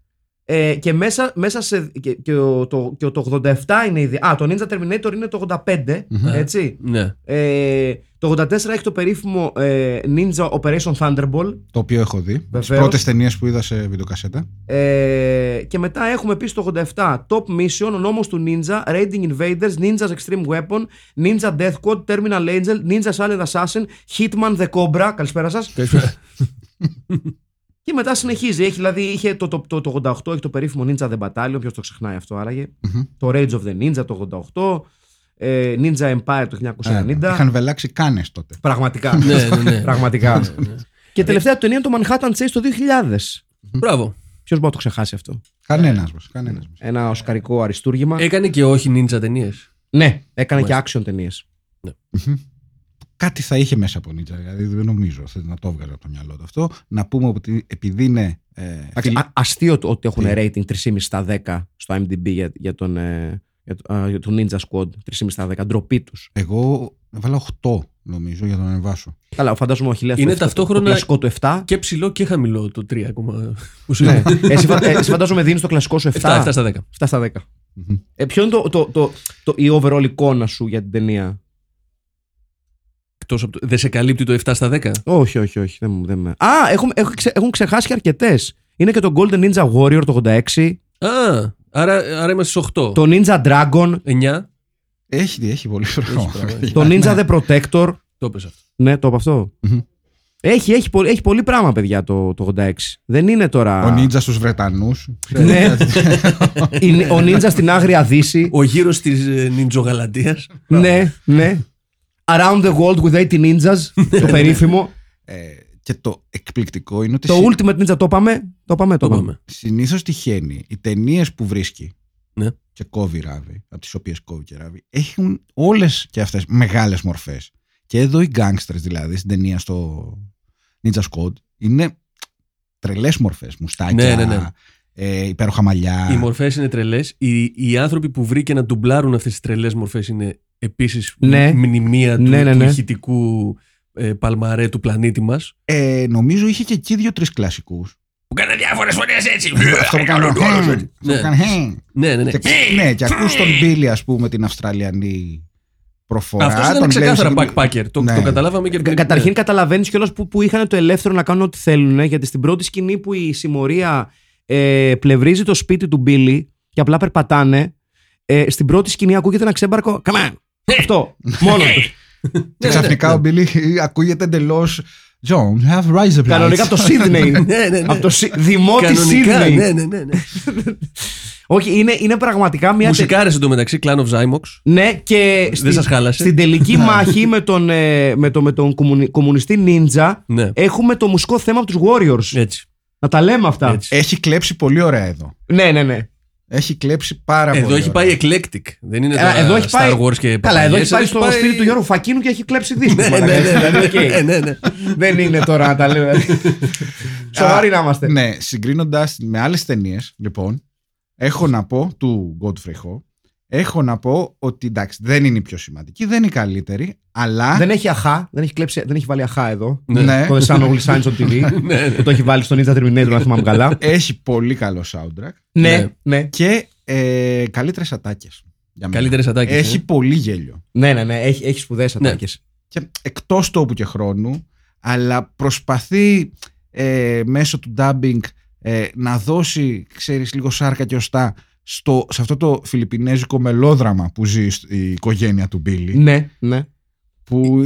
S2: Ε, και μέσα, μέσα σε. Και, και ο- το, και το 87 είναι ήδη. Α, το Ninja Terminator είναι το 85.
S3: Μμμ.
S2: Έτσι.
S1: Ναι.
S2: Ε, το 84 έχει το περίφημο ε, Ninja Operation Thunderball.
S3: Το οποίο έχω δει. Τις
S2: Βεβαίως.
S3: πρώτες ταινίες που είδα σε βιντεοκασέτα.
S2: Ε, και μετά έχουμε επίσης το 87 Top Mission, ο νόμος του Ninja, Raiding Invaders, Ninja's Extreme Weapon, Ninja Death Code, Terminal Angel, Ninja Silent Assassin, Hitman The Cobra. Καλησπέρα σας. *laughs* και μετά συνεχίζει. Έχει, δηλαδή, είχε το, το, το, το 88 έχει το περίφημο Ninja The Battalion, ποιος το ξεχνάει αυτό άραγε.
S3: Μμμ.
S2: Το Rage of the Ninja το 88, ε, Ninja Empire το 1990.
S3: Ε, Είχαν βελάξει κάνες τότε.
S2: Πραγματικά.
S1: Ναι, ναι, ναι.
S2: Πραγματικά.
S1: Ναι, ναι.
S2: και τελευταία του ταινία είναι το Manhattan Chase το 2000.
S1: Μπράβο.
S2: Ποιος μπορεί να το ξεχάσει αυτό.
S3: Κανένας μας. Κανένας μας.
S2: Ένα οσκαρικό αριστούργημα.
S1: Έκανε και όχι νίντζα ταινίες.
S2: Ναι, έκανε και action ταινίε.
S3: Κάτι θα είχε μέσα από Νίτσα. Δηλαδή δεν νομίζω θες να το έβγαζα από το μυαλό του αυτό. Να πούμε ότι επειδή είναι. Ε, φιλ-
S2: Αστείο το ότι έχουν
S3: Τι?
S2: rating 3,5 στα 10 στο IMDb για, για τον, ε, για, το- α, για τον Ninja Squad. 3,5 στα 10. Ντροπή τους.
S3: Εγώ βάλα 8 νομίζω για να τον ανεβάσω.
S2: Καλά, φαντάζομαι ο Χιλέας.
S1: Είναι ταυτόχρονα-
S2: Το κλασικό του 7.
S1: Και ψηλό και χαμηλό το 3 ακόμα.
S3: Ναι.
S2: Εσύ, φαν- ε, εσύ φαντάζομαι δίνεις το κλασικό σου 7.
S1: 7 στα 10.
S2: 7 στα 10.
S3: Μμμ.
S2: Ε, ποιο είναι το, το, το, το, η overall εικόνα σου για την ταινία.
S1: Εκτός από το- Δεν σε καλύπτει το 7 στα 10.
S2: Όχι, όχι, όχι. Δεν, μου- δεν με... Α, έχουν, έχουν, ξε- έχουν ξεχάσει και αρκετές. Είναι και το Golden Ninja Warrior το 86,
S1: Α, άρα, άρα είμαστε στις 8.
S2: το Ninja Dragon,
S1: 9.
S3: Έχει, έχει πολύ
S1: πράγμα.
S3: πράγμα.
S2: το Ninja The Protector.
S1: Το έπεσε αυτό.
S2: Ναι, το από αυτό.
S3: Μμμ.
S2: Έχει, έχει, πολύ, έχει πολύ πράγμα, παιδιά, το, το 86. Δεν είναι τώρα.
S3: Ο Νίτσα στους Βρετανούς.
S2: Ναι. Η- ο Νίντζα στην Άγρια Δύση.
S1: Ο ε, γύρος της νιντζογαλαντίας.
S2: ναι, ναι. Around the world with 80 ninjas. το περίφημο.
S3: Ε, και το εκπληκτικό είναι ότι
S2: το Ultimate Ninja το είπαμε. Το είπαμε, το
S1: Το
S2: είπαμε.
S1: πάμε.
S3: συνήθως τυχαίνει οι ταινίες που βρίσκει
S1: Ναι.
S3: και κόβει ράβη, από τις οποίες κόβει και ράβη, έχουν όλες και αυτές μεγάλες μορφές. Και εδώ οι gangsters δηλαδή στην ταινία στο Ninja Squad είναι τρελές μορφές. Μουστάκια,
S1: Ναι, ναι, ναι.
S3: Ε, υπέροχα μαλλιά.
S1: Οι μορφές είναι τρελές. Οι, οι άνθρωποι που βρήκε να ντουμπλάρουν αυτές τις τρελές μορφές είναι επίσης
S2: Ναι.
S1: μνημεία του,
S2: Ναι, ναι,
S1: του
S2: ναι.
S1: ηχητικού ε, παλμαρέ του πλανήτη μας.
S3: Ε, νομίζω είχε και εκεί δύο-τρει κλασικούς.
S4: Που κάνα διάφορες φωνές έτσι.
S3: Αυτό
S1: Ε,
S3: που κάνω. «Χμ», αυτό που
S1: Ναι.
S3: κάνω, «Χμ».
S1: Ναι, ναι, ναι.
S3: Και, ναι, και ακούς τον Μπίλι, ας πούμε, την Αυστραλιανή προφορά.
S1: Αυτός ήταν
S3: τον
S1: ξεκάθαρα
S3: βλέπεις-
S1: backpacker. Το,
S3: Ναι.
S1: το καταλάβαμε και Ναι.
S2: Κα-
S1: ε.
S2: Καταρχήν καταλαβαίνεις κιόλας που, που είχαν το ελεύθερο να κάνουν ό,τι θέλουν, γιατί στην πρώτη σκηνή που η συμμορία ε, πλευρίζει το σπίτι του Μπίλι και απλά περπατάνε, ε, στην πρώτη σκηνή ακούγεται ένα ξέμπαρκο. Come on! Αυτό. Μόνο του.
S3: Και ξαφνικά ο Μπίλι *laughs* ακούγεται εντελώς. John, have rise up.
S2: Κανονικά από το Σίδνεϊ.
S1: *laughs*
S2: είναι.
S1: Ναι, ναι, ναι.
S2: Από το Σι- Δημότη
S1: Κανονικά,
S2: Σίδνεϊ.
S1: ναι, ναι, ναι. ναι.
S2: Όχι, είναι, είναι πραγματικά μια. τε-
S1: Μουσικάρες εντωμεταξύ, Clan of Zymox.
S2: Ναι, και στη-
S1: σας χάλασε. Ναι.
S2: στην τελική μάχη με τον, ε, με το, με τον κομμουνι- κομμουνιστή Νίντζα
S1: Ναι,
S2: έχουμε το μουσικό θέμα από τους Warriors.
S1: έτσι.
S2: Να τα λέμε αυτά.
S1: έτσι.
S3: *laughs* Έχει κλέψει πολύ ωραία εδώ.
S2: Ναι, ναι, ναι.
S3: Έχει κλέψει πάρα πολύ.
S1: Εδώ έχει πάει
S3: ωραία.
S1: eclectic. Δεν είναι
S2: Ε,
S1: τώρα
S2: εδώ έχει
S1: Star
S2: πάει-
S1: Wars και
S2: Καλά, εδώ έχει πάει στο
S1: σπίτι
S2: σπίτι του Γιώργου Φακίνου και έχει κλέψει δίσκο.
S1: Ναι, ναι, ναι, ναι, ναι,
S2: *laughs* Ε,
S1: ναι, ναι.
S2: Δεν είναι τώρα να τα λέμε. Σοβαροί να είμαστε.
S3: Ναι, συγκρίνοντας με άλλες ταινίες, λοιπόν, έχω να πω του Godfrey Ho Έχω να πω ότι εντάξει, δεν είναι η πιο σημαντική, δεν είναι η καλύτερη, αλλά.
S2: Δεν έχει αχά, δεν έχει, κλέψει, δεν έχει βάλει αχά εδώ.
S3: Ναι.
S2: Το The Sun
S3: *laughs*
S2: Only Shines on
S1: *laughs*
S2: TV.
S1: ναι, ναι.
S2: που Ε, το έχει βάλει στον Ninja Terminator, αν θυμάμαι καλά.
S3: Έχει πολύ καλό soundtrack
S2: *laughs* ναι, ναι.
S3: και ε, καλύτερες ατάκες.
S1: Καλύτερες ατάκες.
S3: Έχει πολύ γέλιο.
S2: Ναι, ναι, ναι. Έχει, έχει σπουδαίε
S1: ε. Ναι.
S2: ατάκες.
S3: Και εκτός τόπου και χρόνου, αλλά προσπαθεί ε, μέσω του dubbing ε, να δώσει, ξέρεις, λίγο σάρκα και οστά στο, σε αυτό το φιλιππινέζικο μελόδραμα που ζει σ- η οικογένεια του Μπίλι.
S2: Ναι, ναι.
S3: Που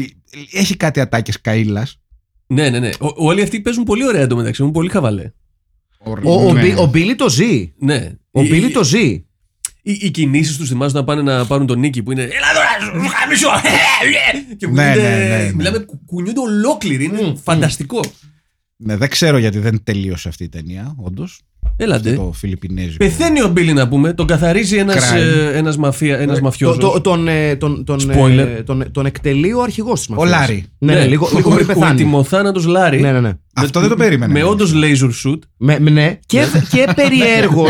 S3: έχει κάτι ατάκες καήλας.
S1: Ναι, ναι, ναι. Ο- όλοι αυτοί παίζουν πολύ ωραία εντωμεταξύ. Είναι πολύ χαβαλέ.
S2: Ο, ο, Μπι- ο Μπίλι το ζει.
S1: Ναι.
S2: Ο
S1: Οι-
S2: Μπίλι
S1: οι-
S2: το ζει.
S1: Οι, οι κινήσεις τους θυμάζουν να πάνε να πάρουν τον Νίκη που είναι. Ελά, τώρα, σου χαμίσω!
S2: Ναι,
S1: Ε, Και
S3: Ναι,
S1: κουνιούνται-
S3: ναι, ναι, ναι.
S1: Μιλάμε, κου- κουνιούνται ολόκληροι. Είναι
S2: Μμμ.
S1: φανταστικό.
S3: Ναι, δεν ξέρω γιατί δεν τελείωσε αυτή η ταινία, όντως.
S1: Έλατε.
S2: Ε,
S3: Το φιλιππινέζικο.
S1: Πεθαίνει ο Μπίλι να πούμε, τον καθαρίζει ένας ένας
S3: Crime.
S1: ε, ένας μαφία, ένας
S2: Ναι, Το,
S1: μαφιόζος.
S2: το, τον, ε, τον, τον, ε,
S1: Spoiler.
S2: τον, τον εκτελεί ο αρχηγός της
S3: Ο Λάρι.
S2: Ναι, ναι, λίγο, λίγο πριν
S1: Ο- Ο
S2: πεθάνει.
S1: ετοιμοθάνατος Λάρι.
S2: Ναι, ναι, ναι.
S3: Αυτό δεν το περίμενα.
S1: Με
S3: ναι.
S1: όντως laser shoot,
S2: Με, με- ναι. Και, *laughs* και περιέργως.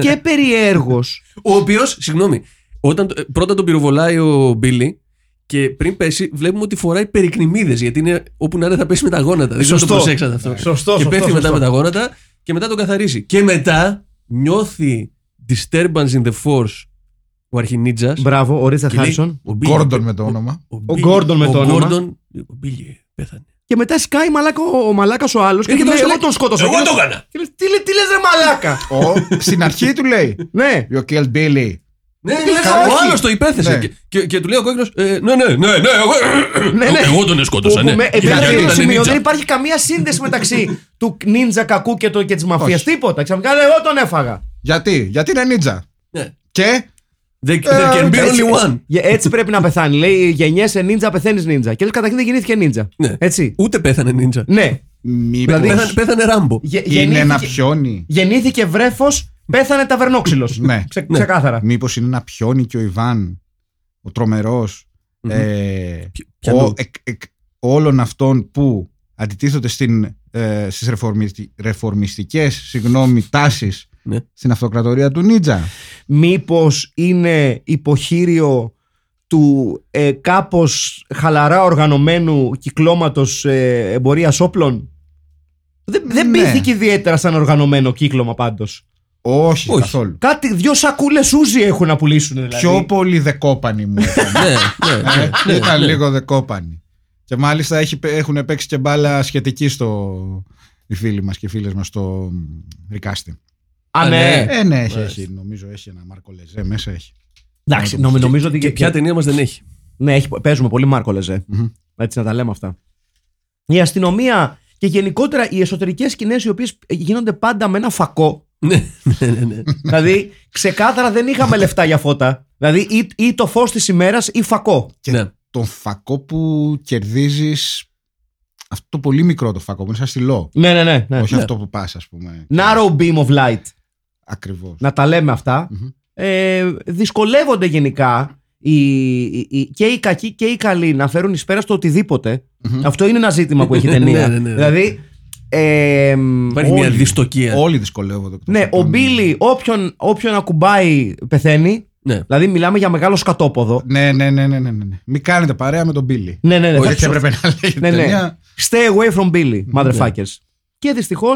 S2: και περιέργω.
S1: ο οποίος, συγγνώμη, όταν, το- ε, πρώτα τον πυροβολάει ο Μπίλι και πριν πέσει, βλέπουμε ότι φοράει περικνημίδες γιατί είναι όπου να είναι θα πέσει με τα γόνατα. Δεν ξέρω αν το
S2: Σωστό.
S1: προσέξατε αυτό.
S2: Σωστό,
S1: και
S2: σωστό,
S1: πέφτει μετά
S2: σωστό.
S1: με τα γόνατα και μετά τον καθαρίζει. Και μετά νιώθει disturbance in the force ο αρχινίτζας.
S2: Μπράβο, ο Ρίτσαρτ Χάρισον.
S3: Γκόρντον με το όνομα.
S2: Ο Gordon με το όνομα.
S1: Ο Μπίλι πέθανε.
S2: Και μετά σκάει μαλάκα ο, ο μαλάκας ο άλλος και,
S1: Ε,
S2: του λέει:
S1: και λέει,
S2: ναι, Εγώ τον σκότωσα.
S1: εγώ
S2: Και λες-
S1: το έκανα.
S2: και λες, Τι, λέ- τι λες, ρε μαλάκα.
S3: Ο- Στην αρχή του λέει.
S2: ναι.
S3: You killed Billy.
S1: Ναι, ναι,
S3: καλά,
S1: ο
S3: όχι.
S1: άλλο το υπέθεσε.
S3: Ναι.
S1: Και, και, και του λέει ο κόκκινος. Ε, ναι, ναι, ναι, ναι, εγώ,
S2: Ναι, ναι.
S1: εγώ τον σκότωσα.
S2: Που-
S1: Ναι.
S2: που με-
S1: Γιατί
S2: Εμένα
S1: ήταν
S2: αυτό το σημείο
S1: ninja.
S2: δεν υπάρχει καμία σύνδεση μεταξύ του νίντζα κακού και, το, και της μαφίας.
S3: Όχι.
S2: Τίποτα. Ξαφνικά λέει, εγώ τον έφαγα.
S3: Γιατί, γιατί είναι νίτζα.
S1: Ναι.
S3: Και
S1: There, there can be only one.
S2: Ε, Έτσι πρέπει να πεθάνει. Λέει γεννιέσαι νίντζα, πεθαίνει νίντζα. Και λες καταρχήν δεν γεννήθηκε νίντζα.
S1: Ναι.
S2: Έτσι.
S1: Ούτε πέθανε νίντζα.
S2: Ναι.
S3: μήπως
S2: Δηλαδή,
S1: Πέθανε, πέθανε ράμπο.
S2: Γε-
S3: είναι ένα
S2: γεννήθηκε-
S3: πιόνι.
S2: Γεννήθηκε βρέφος, πέθανε ταβερνόξυλος.
S3: Ναι.
S2: Ξε, ξεκάθαρα.
S3: Μήπως είναι ένα πιόνι και ο Ιβάν, ο τρομερός,
S1: Μμμ.
S3: ε,
S1: Πιανού.
S3: ο- εκ- εκ- όλων αυτών που αντιτίθονται στην, ε, στις ρεφορμιστι- ρεφορμιστικές
S1: *laughs*
S3: συγγνώμη, τάσεις
S1: Ναι.
S3: στην αυτοκρατορία του Νίτζα.
S2: Μήπως είναι υποχείριο του ε, κάπως χαλαρά οργανωμένου κυκλώματος ε, εμπορίας όπλων. Δεν, δεν
S3: Ναι.
S2: πήθηκε ιδιαίτερα σαν οργανωμένο κύκλωμα πάντως.
S3: Όχι,
S1: Όχι.
S3: καθόλου.
S2: Κάτι, δυο σακούλες ούζι έχουν να πουλήσουν δηλαδή.
S3: Πιο πολύ
S1: *laughs*
S3: δεκόπανη μου έκανε.
S1: ναι, ναι, ναι,
S3: Ε, Ήταν λίγο δεκόπανη. Και μάλιστα έχει, έχουν παίξει και μπάλα σχετική στο, οι φίλοι μας και οι φίλες μας στο μ, Ρικάστη.
S2: Α,
S1: Α,
S2: ναι.
S1: ναι.
S3: Ε, ναι, έχει,
S1: Ε.
S3: έχει. Νομίζω έχει ένα Μάρκο Λεζέ μέσα. Έχει.
S2: Εντάξει, νομι- νομίζω ότι.
S1: Και ποια ταινία μας δεν έχει.
S2: Ναι, έχει, παίζουμε πολύ Μάρκο Λεζέ.
S3: Μμμ.
S2: Έτσι να τα λέμε αυτά. Η αστυνομία και γενικότερα οι εσωτερικές σκηνές οι οποίες γίνονται πάντα με ένα φακό.
S1: Ναι, ναι, ναι, ναι.
S2: δηλαδή, ξεκάθαρα δεν είχαμε λεφτά για φώτα. Δηλαδή, ή, ή το φως της ημέρας ή φακό.
S3: Και
S1: Ναι.
S3: τον φακό που κερδίζεις. Αυτό το πολύ μικρό το φακό που είναι σαν στυλό.
S2: Ναι, ναι, ναι. ναι.
S3: Όχι
S1: Ναι.
S3: αυτό που πας, ας πούμε.
S2: Narrow beam of light.
S3: Ακριβώς.
S2: Να τα λέμε αυτά.
S3: Μμμ.
S2: Ε, δυσκολεύονται γενικά οι, οι- οι- και οι κακοί και οι καλοί να φέρουν εις πέρα στο οτιδήποτε. Αυτό είναι ένα ζήτημα που έχει η ταινία.
S1: Ναι, ναι, ναι.
S2: Δηλαδή. ε, εμ,
S1: Υπάρχει μια
S3: Όλοι.
S1: δυστοκία.
S3: Όλοι δυσκολεύονται. εκτός
S2: Ναι,
S3: από
S2: ο
S3: τον-
S2: Μπίλι, όποιον, όποιον ακουμπάει, πεθαίνει.
S1: Ναι.
S2: Δηλαδή, μιλάμε για μεγάλο σκατόποδο.
S3: Ναι, ναι, ναι, ναι, ναι, ναι, ναι. Μην κάνετε παρέα με τον Μπίλι.
S2: Ναι, ναι, ναι.
S3: Όχι,
S2: θα-
S3: έτσι έπρεπε να λέγεται.
S2: ναι, ναι.
S3: ταινία.
S2: Stay away from Billy, motherfuckers. Και δυστυχώς,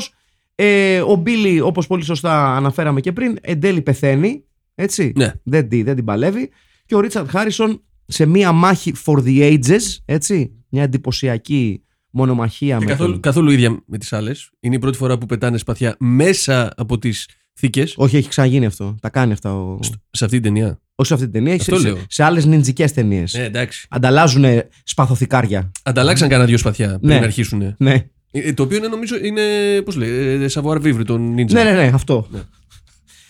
S2: ε, ο Billy, όπως πολύ σωστά αναφέραμε και πριν, εν τέλει πεθαίνει. Έτσι.
S1: Ναι.
S2: Δεν, τη- δεν την παλεύει. Και ο Ρίτσαρντ Χάρισον σε μία μάχη for the ages, έτσι. Μια εντυπωσιακή μονομαχία
S1: Και
S2: με
S1: καθόλου,
S2: τον-
S1: καθόλου ίδια με τις άλλες. Είναι η πρώτη φορά που πετάνε σπαθιά μέσα από τις θήκες.
S2: Όχι, έχει ξαναγίνει αυτό. Τα κάνει αυτά. Ο...
S1: Σε αυτή την ταινία.
S2: Όχι σε αυτή την ταινία, έχει
S1: Αυτό
S2: σε,
S1: λέω.
S2: σε, σε άλλες νιντζικές ταινίες.
S1: Ναι, εντάξει.
S2: Ανταλλάζουν σπαθοθηκάρια.
S1: Ανταλλάξαν κανένα δυο σπαθιά πριν
S2: Ναι.
S1: αρχίσουν. Ε,
S2: Ναι.
S1: Το οποίο είναι, νομίζω είναι. Πώς λέει, ε, Σαβουάρ Βίβρι, τον Νίντζα.
S2: Ναι, ναι, ναι, αυτό.
S1: Ναι.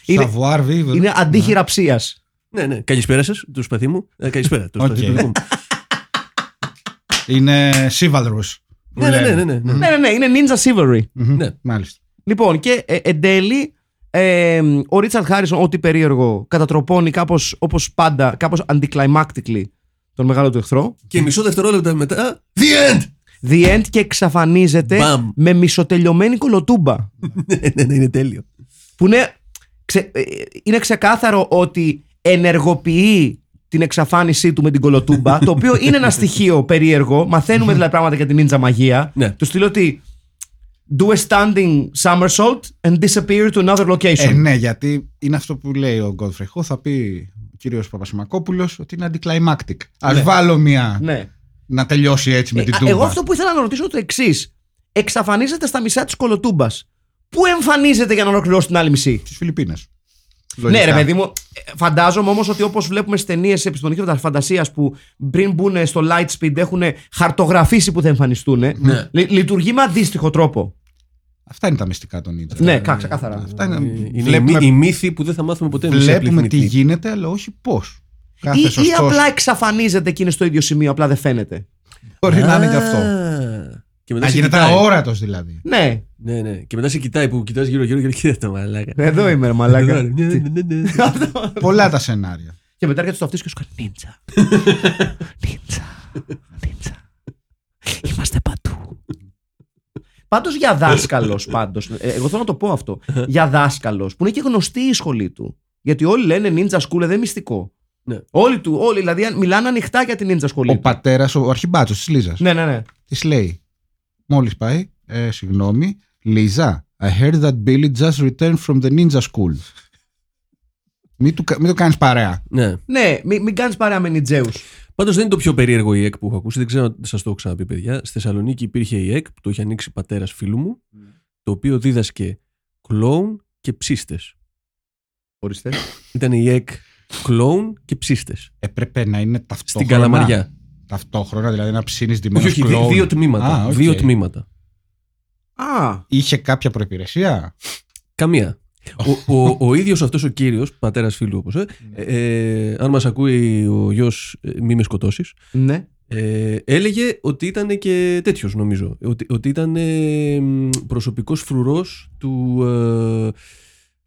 S2: Είναι,
S3: Savoir vivre.
S2: είναι αντίχειρα ψία.
S1: ναι, ναι. Καλησπέρα σα, το σπαθί μου. Ε, καλησπέρα, το
S3: Οκ.
S1: σπαθί του δικού μου.
S3: Είναι chivalrous, *laughs* που
S1: Ναι, ναι,
S3: λένε.
S1: ναι, ναι, ναι, ναι.
S2: Ναι, ναι, ναι, είναι ninja chivalry.
S3: Μμμ.
S1: Ναι.
S3: Μάλιστα.
S2: Λοιπόν, και ε, εν τέλει, ε, ο Ρίτσαρτ Χάρισον, ό,τι περίεργο, κατατροπώνει κάπως όπως πάντα, κάπως anticlimactically τον μεγάλο του εχθρό.
S1: Και μισό δευτερόλεπτο μετά. The end! *laughs*
S2: The end και εξαφανίζεται
S1: Μπαμ.
S2: με μισοτελειωμένη κολοτούμπα.
S1: ναι, ναι, ναι, είναι τέλειο.
S2: Που είναι, ξε- ε, είναι ξεκάθαρο ότι ενεργοποιεί την εξαφάνισή του με την κολοτούμπα, το οποίο είναι ένα στοιχείο περίεργο. Μαθαίνουμε δηλαδή πράγματα για την νίντζα μαγεία.
S1: Ναι.
S2: Του στείλω ότι do a standing somersault and disappear to another location.
S3: Ε, ναι, γιατί είναι αυτό που λέει ο Godfrey Ho. Θα πει ο κύριος Παπασημακόπουλος ότι είναι anticlimactic. Ας βάλω μία
S2: ναι.
S3: να τελειώσει έτσι με την
S2: Ε,
S3: τούμπα.
S2: εγώ αυτό που ήθελα να ρωτήσω το εξής. Εξαφανίζεται στα μισά της κολοτούμπας. Πού εμφανίζεται για να ολοκληρώσει την άλλη μισή.
S3: Στις Φιλιππίνες.
S2: Ναι, ρε παιδί μου, ε, φαντάζομαι όμως ότι όπως βλέπουμε στις ταινίες επιστημονική φαντασίας που πριν μπουν στο Lightspeed έχουν χαρτογραφήσει που θα εμφανιστούν.
S1: Ναι.
S2: Λει- Λειτουργεί με αντίστοιχο τρόπο.
S3: Αυτά είναι τα μυστικά των Ίντζα.
S2: Ναι, κα- ξεκάθαρα.
S3: Αυτά είναι,
S1: Ε, Είναι
S3: βλέπουμε
S1: οι μύθοι που δεν θα μάθουμε ποτέ εμείς οι
S3: βλέπουμε τι
S1: απληθνητοί.
S3: γίνεται, αλλά όχι πώς. Κάθε
S2: Ή, ή
S3: σωστός
S2: απλά εξαφανίζεται εκείνη στο ίδιο σημείο, απλά δεν φαίνεται.
S3: μπορεί να είναι και αυτό.
S1: Α, Και μετά
S3: Να
S1: σε
S3: γίνεται
S1: κοιτάει.
S3: αόρατος
S2: *laughs*
S3: δηλαδή.
S2: Ναι,
S1: Ναι, ναι. Και μετά σε κοιτάει που κοιτάς γύρω γύρω και κοίτα τα μαλάκα.
S3: Ε,
S2: εδώ είμαι, ρε
S3: *laughs*
S1: Εδώ,
S2: μαλάκα.
S1: ρε. Ναι, ναι, ναι, ναι.
S3: Πολλά τα σενάρια.
S2: και μετά έρχεται στο αυτί σου και σου κάνει νίντζα. νίντζα. Νίντζα. Είμαστε παντού. Πάντως για δάσκαλος, πάντως. Εγώ θέλω να το πω αυτό. για δάσκαλος, που είναι και γνωστή η σχολή του. Γιατί όλοι λένε Ninja School, δεν είναι μυστικό.
S1: Ναι.
S2: Όλοι του, όλοι δηλαδή αν- μιλάνε ανοιχτά για την Ninja σχολή.
S3: Ο
S2: του.
S3: πατέρας, ο αρχιμπάτσος της Λίζας,
S2: Ναι, ναι, ναι.
S3: της λέει: Μόλις πάει, ε, συγγνώμη, Λίζα, I heard that Billy just returned from the ninja school. Μην, του, κα- μην το κάνεις παρέα.
S1: Ναι.
S2: Ναι, μην, μην κάνεις παρέα με Nintjaus.
S1: Πάντως δεν είναι το πιο περίεργο η ΕΚ που έχω ακούσει. Δεν ξέρω αν σας το έχω ξαναπεί, παιδιά. Στη Θεσσαλονίκη υπήρχε η ΕΚ που το είχε ανοίξει πατέρας φίλου μου, το οποίο δίδασκε κλόουν και ψίστες.
S2: Ορίστε.
S1: Ήταν η ΕΚ κλόουν και ψίστες.
S3: Έπρεπε να είναι ταυτόχρονα.
S1: Στην Καλαμαριά.
S3: Ταυτόχρονα, δηλαδή να ψήνει τη
S1: Όχι, όχι, δύ- δύο τμήματα.
S3: Α, οκ.
S1: Δύο τμήματα.
S2: Α,
S3: Είχε κάποια προπηρεσία.
S1: Καμία.
S3: *laughs*
S1: Ο, ο, ο ίδιος αυτός ο κύριος, πατέρας φίλου όπως. Ε, ε, αν μας ακούει ο γιος, μη με σκοτώσεις.
S2: ναι.
S1: Ε, έλεγε ότι ήταν και τέτοιος, νομίζω. Ότι, ότι ήταν ε, μ, προσωπικός φρουρός του. ε,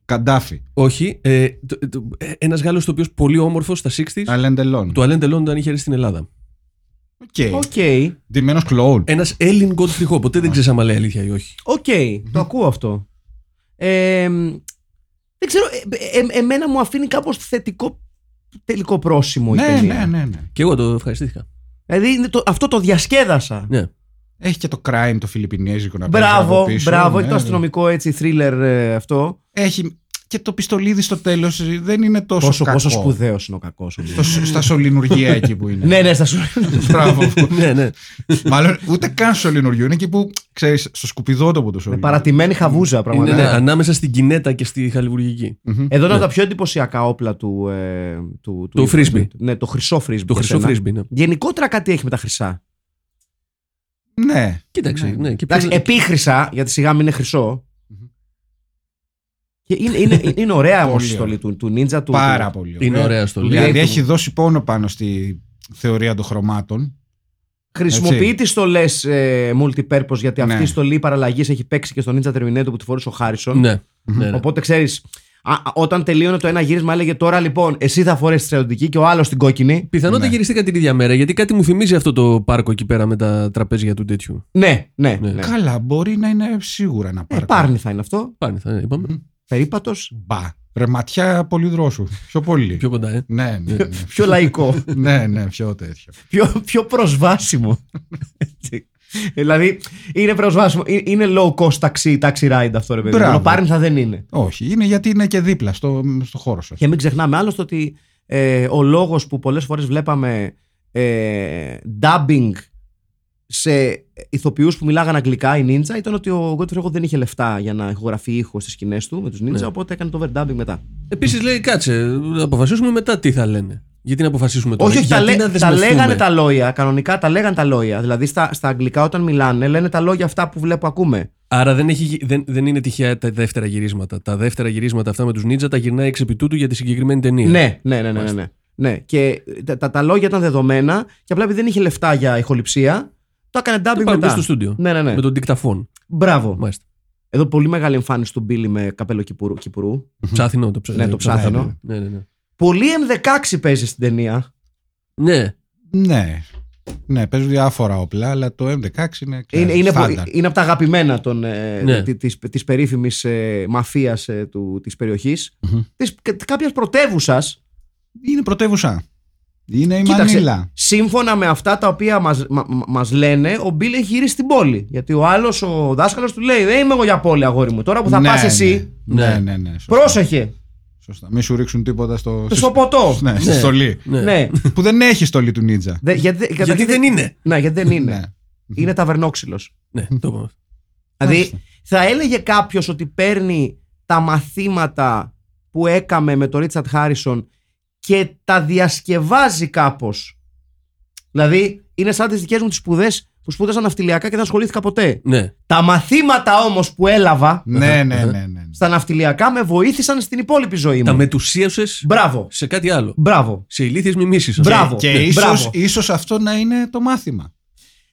S3: Καντάφη.
S1: όχι, ε, το- το- ε, ένας Γάλλος το οποίος πολύ όμορφος στα 60s,
S3: Αλεντελόν.
S1: του Αλέν Τελόν όταν είχε έρθει στην Ελλάδα.
S3: Οκ. Ε.
S2: Οκ.
S3: Ντυμένος κλόουν.
S2: Ε,
S1: Ένας Έλλην Γκότφριχό, ποτέ δεν ξέρεις άμα λέει αλήθεια ή όχι.
S2: Οκ, το ακούω αυτό. Ε, μ, δεν ξέρω, ε, ε, ε, εμένα μου αφήνει κάπως θετικό τελικό πρόσημο η
S3: Ναι,
S2: ταινία.
S3: ναι, ναι, ναι.
S1: Και εγώ το ευχαριστήθηκα.
S2: Δηλαδή είναι το- αυτό το διασκέδασα.
S1: Ναι.
S3: Έχει και το crime το φιλιππινέζικο να παίζει από
S2: Μπράβο,
S3: πίσω.
S2: μπράβο,
S3: Ναι,
S2: έχει το
S3: ναι.
S2: αστυνομικό έτσι thriller ε, αυτό.
S3: Έχει και το πιστολίδι στο τέλος δεν είναι τόσο.
S2: Πόσο,
S3: κακό.
S2: πόσο σπουδαίος είναι ο κακός.
S3: Στο- στα σωληνουργία εκεί που
S2: *laughs*
S3: είναι.
S2: ναι, ναι, στα σου.
S3: Μπράβο.
S2: *laughs*
S1: ναι, ναι.
S3: Μάλλον ούτε καν σωληνουργείο. Είναι εκεί που ξέρεις, στο σκουπιδότοπο το σωληνουργείο.
S2: Παρατημένη χαβούζα
S1: Είναι,
S2: πραγματικά.
S1: ναι, ανάμεσα στην Κινέτα και στη Χαλιβουργική.
S3: Μμμ.
S2: Εδώ είναι τα πιο εντυπωσιακά όπλα του. Ε, του,
S1: Το
S2: του
S1: frisbee.
S2: Ναι, το χρυσό φρίσμπι.
S1: Το χρυσό φρίσμπι, ναι.
S2: Γενικότερα κάτι έχει με τα χρυσά.
S3: Ναι.
S1: Κοίταξε,
S3: Ναι.
S1: ναι. και
S2: Εντάξει, ε,
S1: ποιος-
S2: επίχρυσα, γιατί σιγά μην είναι χρυσό.
S3: Μμμ.
S2: Και είναι,
S3: *laughs*
S2: είναι, είναι ωραία όμως η
S3: Πολύ
S2: στολή του, του νίντζα του.
S3: Πάρα
S2: του-
S3: πολύ.
S1: Είναι ωραία στο λέει.
S3: Δηλαδή
S2: του-
S3: έχει δώσει πόνο πάνω στη θεωρία των χρωμάτων.
S2: Ναι. Χρησιμοποιεί
S3: Έτσι.
S2: τις στολές ε, multipurpose, γιατί
S3: Ναι.
S2: αυτή η στολή παραλλαγής έχει παίξει και στο Ninja Terminator που τη φορούσε ο Χάρισον.
S1: Ναι, ναι, ναι.
S2: Οπότε ξέρεις, όταν τελείωνε το ένα γύρισμα, έλεγε τώρα λοιπόν, εσύ θα φορέσεις τη στρατιωτική και ο άλλος την κόκκινη.
S1: Πιθανότατα
S3: Ναι.
S1: γυριστήκα την ίδια μέρα γιατί κάτι μου θυμίζει αυτό το πάρκο εκεί πέρα με τα τραπέζια του τέτοιου.
S2: Ναι, ναι.
S1: Ναι.
S2: ναι.
S3: Καλά, μπορεί να είναι σίγουρα να
S2: Ε,
S3: πάρει.
S2: πάρνη θα είναι αυτό.
S1: Πάνε, θα είπαμε.
S2: Περίπατος.
S3: Μπα. Ρε ματιά πολυδρόσου. Πιο πολύ.
S1: Πιο κοντά, ε.
S3: Ναι, ναι, ναι.
S2: Πιο
S1: *laughs*
S2: λαϊκό.
S3: ναι, ναι, πιο τέτοιο.
S2: πιο, πιο προσβάσιμο. Έτσι. δηλαδή είναι προσβάσιμο. Ε- Είναι low cost taxi, taxi ride αυτό ρε παιδί.
S3: Μπράβο.
S2: Ενώ πάρνηθα δεν είναι.
S3: Όχι, είναι γιατί είναι και δίπλα στο, στο χώρο σας.
S2: Και μην ξεχνάμε άλλωστε ότι ε, ο λόγος που πολλές φορές βλέπαμε ε, dubbing σε ηθοποιούς που μιλάγαν αγγλικά οι ninja ήταν ότι ο Godfrey Ho δεν είχε λεφτά για να ηχογραφεί ήχο στις σκηνές του με τους ninja
S1: Ναι.
S2: οπότε έκανε το overdubbing μετά.
S1: Επίσης λέει, κάτσε, να αποφασίσουμε μετά τι θα λένε. Γιατί να αποφασίσουμε τώρα.
S2: Όχι, όχι, τα,
S1: γιατί
S2: λέ-
S1: να
S2: τα
S1: δεσμευτούμε.
S2: λέγανε τα λόγια, κανονικά τα λέγανε τα λόγια. Δηλαδή στα, στα αγγλικά όταν μιλάνε λένε τα λόγια αυτά που βλέπω ακούμε.
S1: Άρα δεν, έχει, γι- δεν, δεν είναι τυχαία τα δεύτερα γυρίσματα. Τα δεύτερα γυρίσματα αυτά με τους Νίτζα τα γυρνάει εξ επί τούτου για τη συγκεκριμένη ταινία.
S2: Ναι, ναι, ναι, ναι, ναι,
S1: Μάλιστα.
S2: ναι. ναι. Και τα, τα, τα λόγια ήταν δεδομένα και απλά επειδή δεν είχε λεφτά για ηχοληψία, το έκανε
S1: Το
S2: dubbing
S1: πάμε
S2: μετά.
S1: στο στούντιο.
S2: Ναι, ναι, ναι.
S1: Με τον δικταφόν.
S2: Μπράβο.
S1: Μάλιστα.
S2: Εδώ πολύ μεγάλη εμφάνιση του Μπίλι με καπέλο κυπουρού. κυπουρού.
S1: Ψάθινο το ψάθινο.
S2: Ναι, το ψάθινο.
S1: Ναι, ναι, ναι.
S2: Πολύ M16 παίζει στην ταινία.
S1: ναι.
S3: Ναι. Ναι, παίζουν διάφορα όπλα, αλλά το M16 είναι.
S2: Είναι, είναι, από,
S3: στάνταρ.
S2: είναι από τα αγαπημένα των, ε,
S1: Ναι.
S2: τη- της, της περίφημης ε, μαφίας ε, του, της περιοχής
S3: Μμμ.
S2: της, κα- κάποιας πρωτεύουσας
S3: είναι πρωτεύουσα. Είναι η Μανίλα.
S2: σύμφωνα με αυτά τα οποία μας, μα, μα- μας λένε, ο Μπίλ έχει γυρίσει στην πόλη. Γιατί ο άλλος, ο δάσκαλος του λέει, δεν είμαι εγώ για πόλη αγόρι μου. Τώρα που θα
S3: ναι,
S2: πας εσύ,
S3: Ναι, ναι,
S1: Ναι.
S3: ναι. ναι, σωστά.
S2: πρόσεχε,
S3: Σωστά. Μην σου ρίξουν τίποτα στο.
S2: στο ποτό.
S3: Ναι, στη στολή.
S1: Ναι.
S2: Ναι.
S3: που δεν έχει στολή του Νίτζα.
S2: Δε- γιατί, δε-
S1: Γιατί
S2: καταρχήν-
S1: δεν είναι.
S2: Ναι, γιατί δεν είναι.
S3: Ναι.
S2: Είναι ταβερνόξυλος.
S1: Ναι, το είπαμε.
S2: Δηλαδή,
S3: Μάλιστα.
S2: θα έλεγε κάποιος ότι παίρνει τα μαθήματα που έκαμε με τον Ρίτσαρτ Χάρισον και τα διασκευάζει κάπως. Δηλαδή, είναι σαν τις δικές μου τις σπουδές που σπούδασα ναυτιλιακά και δεν ασχολήθηκα ποτέ.
S1: Ναι.
S2: Τα μαθήματα όμως που έλαβα
S3: Ναι, ναι, ναι, ναι.
S2: στα ναυτιλιακά με βοήθησαν στην υπόλοιπη ζωή
S1: Τα
S2: μου.
S1: μετουσίασες
S2: Μπράβο.
S1: σε κάτι άλλο.
S2: Μπράβο.
S1: Σε ηλίθιες μιμήσεις.
S2: Μπράβο.
S3: Και
S2: Ναι,
S3: ίσως,
S2: μπράβο.
S3: ίσως αυτό να είναι το μάθημα.